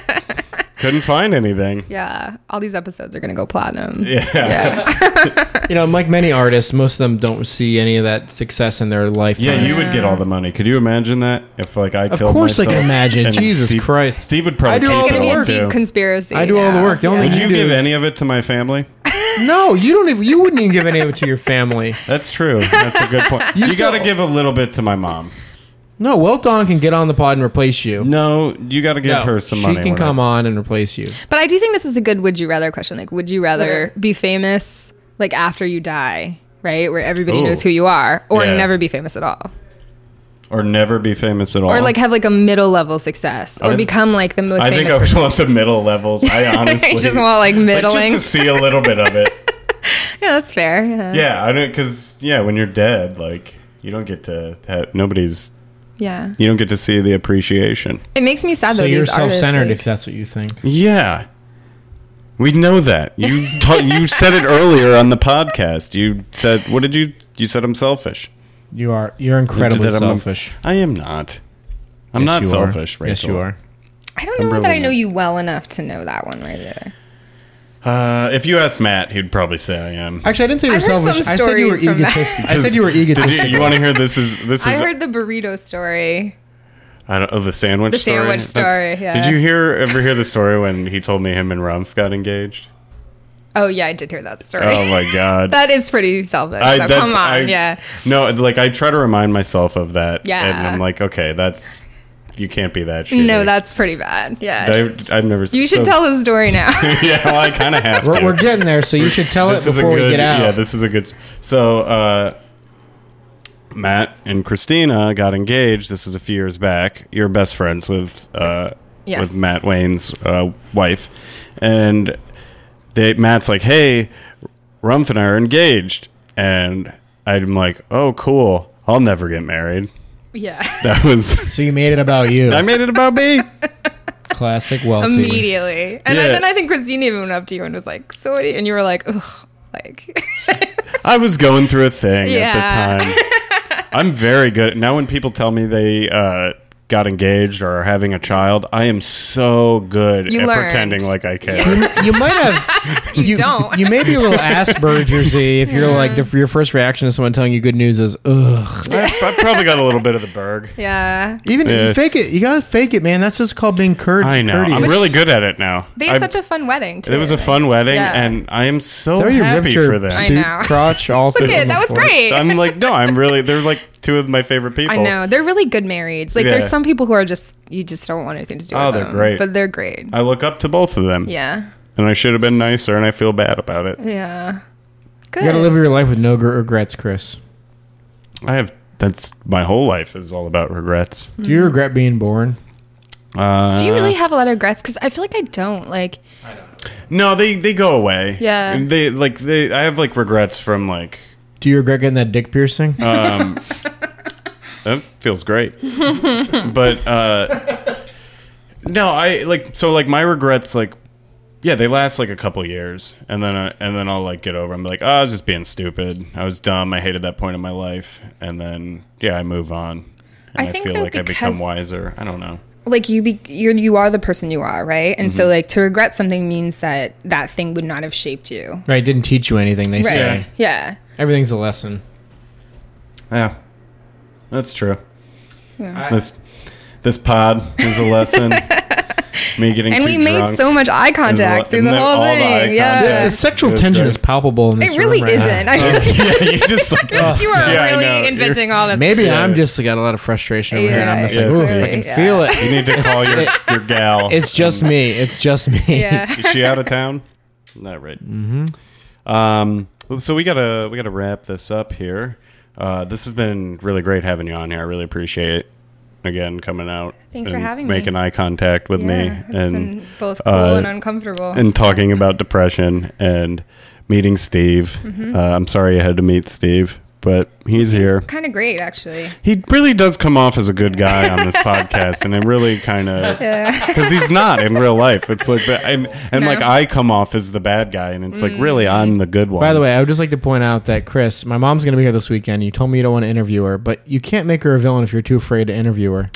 couldn't find anything.
yeah, all these episodes are gonna go platinum.
Yeah.
yeah.
You know, like many artists, most of them don't see any of that success in their lifetime.
Yeah, you would get all the money. Could you imagine that? If like I
Of
killed
course I
myself
can imagine.
and
Jesus
Steve-
Christ.
Steve would probably
I do
kill
all
It's
the
gonna be a
someone,
work.
too.
deep conspiracy.
I do all the
now.
work. The only
Yeah.
Would
You
you
do
give
is-
any of it to my family?
no, you don't. Even, you wouldn't even give any of it to your family.
That's true. That's a good point. you
still-
got to give a little bit to my mom.
No, Welt Dawn can get on the pod and replace you.
No, you got to give
No,
her some
she
money.
can
when
come
I-
on and replace you.
But I do think this is a good would you rather question. Like, would you rather be famous like after you die, right? Where everybody
Ooh.
knows who you are, or
Yeah.
never be famous at all,
or never be famous at all.
or like have like a middle level success, or
I-
become like the most.
I think
famous
I would
person.
want the middle levels. I honestly
You just want, like, middling.
just to see a little bit of it.
Yeah, that's fair. Yeah.
Yeah, I don't because yeah, when you're dead, like you don't get to have nobody's.
Yeah.
You don't get to see the appreciation.
It makes me sad
So
though.
you're
these artists,
self-centered
like-
if that's what you think.
Yeah. We know that. You ta- you said it earlier on the podcast. You said what did you you said I'm selfish.
You are. You're
You did
incredibly
that, I'm-
selfish.
I am not. I'm
Yes,
not
you are.
selfish, Rachel.
Yes, you are.
I don't know
I'm
that I
really
know
not.
you well enough to know that one right there.
Uh, if you asked Matt, he'd probably say I am.
Actually, I didn't say you were
I've heard
selfish.
some
I said you were
stories from that.
egotistic. I said you were
Did you,
egotistic.
you want to hear this is this
I
is
heard the burrito story.
I don't, oh, the sandwich
The
story.
sandwich
That's-
story, yeah.
Did you hear ever hear the story when he told me him and Rumph got engaged?
Oh yeah, I did hear that story.
Oh my god.
that is pretty selfish.
I-
so
that's-
come on,
I-
yeah.
No, like I try to remind myself of that.
Yeah.
And I'm like, okay, that's you can't be that shitty.
No, that's pretty bad. Yeah.
I, I've never.
you should
so-
tell the story now.
yeah, well, I kind of have
We're,
to.
we're getting there, so you should tell it
is a
before we
good-
get out.
Yeah, this is a good. s- So, uh, Matt and Christina got engaged. This was a few years back. You're best friends with uh,
Yes.
with Matt Wayne's uh, wife, and they Matt's like, "Hey, Rumpf and I are engaged," and I'm like, "Oh, cool. I'll never get married."
yeah.
That was.
so you made it about you.
I made it about me.
Classic Welty.
Immediately. And I-
Yeah.
then I think Christina even went up to you and was like, so what do you-" and you were like, ugh, like
I was going through a thing
Yeah.
at the time. I'm very good. Now, when people tell me they uh, got engaged or are having a child, I am so good
You
at
learned.
pretending like I care.
You, you might have. you,
don't.
You may be a little Asperger's-y if you're like the, your first reaction to someone telling you good news is ugh.
I, I probably got a little bit of the berg.
Yeah.
Even if you
Yeah.
fake it. You gotta fake it, man. That's just called being courteous.
I know.
Courteous.
I'm really good at it now.
They had
I-
such a fun wedding too.
it was a
like-
fun wedding,
Yeah.
and I am so
There you ripped
happy
your
for them.
I
suit
know.
crotch all
Look
through
at
on
that
the
was
floor.
great.
I'm like, no, I'm really. They're like two of my favorite people.
I know. They're really good marrieds. Like
Yeah.
there's some people who are just you just don't want anything to do
Oh,
with
they're
them.
great. Uh,
But they're great.
I look up to both of them,
Yeah.
and I should have been nicer, and I feel bad about it.
Yeah. Good.
You gotta live your life with no gr- regrets, Chris.
I have. That's my whole life is all about regrets.
Do
Mm-hmm.
you regret being born?
Uh,
do you really have a lot of regrets? Because I feel like I don't. Like,
No, they they go away.
Yeah.
They like they I have like regrets from like
Do you regret getting that dick piercing?
um that feels great. but uh no, I like so like my regrets like yeah, they last like a couple years and then I, and then I'll like get over. I'm like, "Oh, I was just being stupid. I was dumb. I hated that point in my life." And then yeah, I move on.
I
And I,
think
feel
though
like I become
because-
wiser. I don't know.
like you be you you are the person you are, right? And
Mm-hmm.
so like to regret something means that that thing would not have shaped you,
right, didn't teach you anything. They
right?
say
Yeah.
everything's a lesson.
Yeah. That's true.
Yeah.
This this pod is a lesson. me getting
and
too
we made
drunk
so much eye
is a
contact
lot-
through the
and then all
whole
the eye
thing.
contact.
The,
yeah.
the sexual
It was
tension
great.
is palpable in this
It really
room right now.
isn't. I
Uh,
just,
yeah, you just like
you are
Yeah, I know.
really
You're-
inventing all this.
Maybe
Yeah.
I'm just got a lot of frustration over here, and I'm just
Yeah,
like, ooh,
yeah,
if I can
yeah.
feel
You
it.
need to call your, your gal.
It's just me. It's just me.
Yeah.
Is she out of town? Not right. Mm-hmm. Um, so we gotta we gotta wrap this up here. Uh, this has been really great having you on here. I really appreciate it. Again, coming out.
Thanks for
and
having me.
Making eye contact with me
Yeah, it's
and
been both cool
uh,
and uncomfortable.
and talking about depression and meeting Steve.
Mm-hmm.
Uh, I'm sorry I had to meet Steve, but he's here.
kind of great, actually.
He really does come off as a good guy on this podcast, and it really kind of because he's not in real life. It's like the, and and
No. Mm.
like I come off as the bad guy, and it's like really I'm the good one.
By the way, I would just like to point out that Chris, my mom's going to be here this weekend. You told me you don't want to interview her, but you can't make her a villain if you're too afraid to interview her.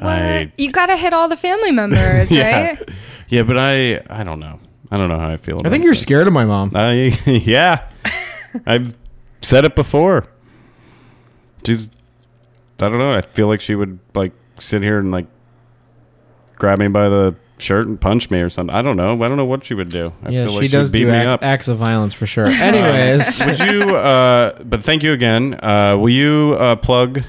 I,
you gotta hit all the family members,
yeah,
right?
yeah, but I I don't know. I don't know how I feel.
I think you're scared of my mom.
I yeah, I've said it before. She's I don't know. I feel like she would like sit here and like grab me by the shirt and punch me or something. I don't know. I don't know what she would do. I
Yeah,
feel
she
like she'd
does
beat
do
me
act,
up.
acts of violence for sure. Anyways,
would you uh but thank you again uh will you uh plug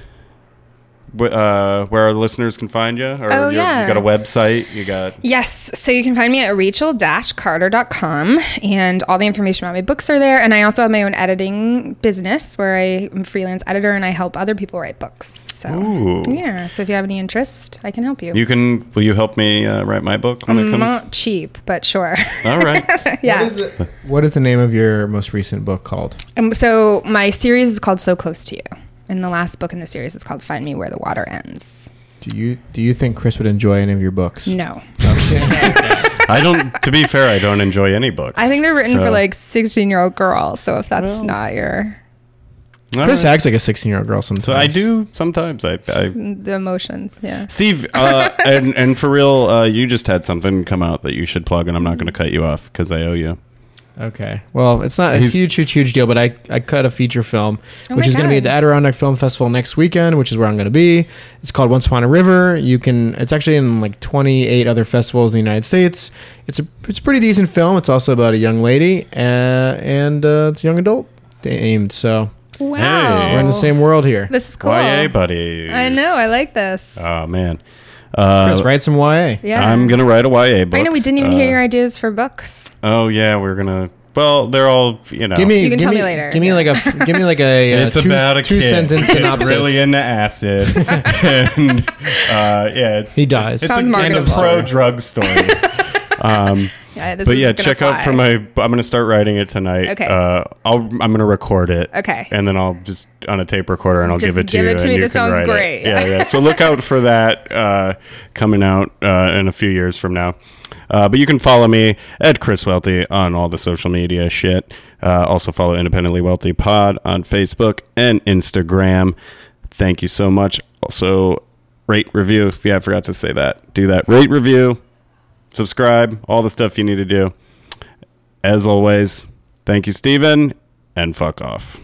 wh- uh where our listeners can find you or
Oh,
you,
yeah.
you got a website you got
Yes. So you can find me at rachel-carter.com and all the information about my books are there. And I also have my own editing business where I am a freelance editor and I help other people write books. So
Ooh.
yeah. So if you have any interest, I can help you.
you can will you help me uh, write my book when it
I'm
comes
not cheap, but sure.
all right
yeah.
What is, the, what is the name of your most recent book called?
Um, so my series is called So Close to You, and the last book in the series is called Find Me Where the Water Ends.
Do you do you think Chris would enjoy any of your books?
No,
i don't to be fair i don't enjoy any books
I think they're written for
So-
like sixteen-year-old girls. So if that's
Well.
not your
All
Chris
right.
acts like a 16 year old girl sometimes.
so i do sometimes i, I
the emotions, yeah.
Steve, uh, and and for real, uh, you just had something come out that you should plug, and I'm not going to cut you off because I owe you.
Okay. Well, it's not a
He's-
huge, huge, huge deal, but I, I cut a feature film,
Oh
which
my
is going to be at
God.
the Adirondack Film Festival next weekend, which is where I'm going to be. It's called Once Upon a River. You can. It's actually in like 28 other festivals in the United States. It's a it's a pretty decent film. It's also about a young lady uh, and uh, it's a young adult aimed. So
Wow,
we're in the same world here.
This is cool.
YA buddies.
I know. I like this.
Oh man. Uh,
Chris, write some YA.
yeah,
I'm gonna write a YA book.
I know we didn't even
Uh,
hear your ideas for books.
Oh yeah, we're gonna. Well, they're all you know.
Give me.
You can
give
tell
me
me later.
Give me
Yeah.
like a. Give me like a. uh,
It's about a
two
kid.
sentence
It's
synopsis.
really into acid, and uh, yeah, it's
He dies.
It's,
Sounds
a, it's a
marketable.
pro drug story. um,
Yeah, this
but
is
yeah,
gonna
check out
fly.
for my. I'm gonna start writing it tonight.
Okay.
Uh, I'll, I'm gonna record it.
Okay.
And then I'll just on a tape recorder and I'll
Just
give it to
give
you.
it to
and
me.
you
This
can
sounds
write it.
great.
Yeah, yeah. So look out for that uh, coming out uh, in a few years from now. Uh, but you can follow me at Chris Welty on all the social media shit. Uh, also follow Independently Wealthy Pod on Facebook and Instagram. Thank you so much. Also, rate review. Yeah, I forgot to say that. Do that. Rate review subscribe, all the stuff you need to do. As always, thank you, Steven, and fuck off.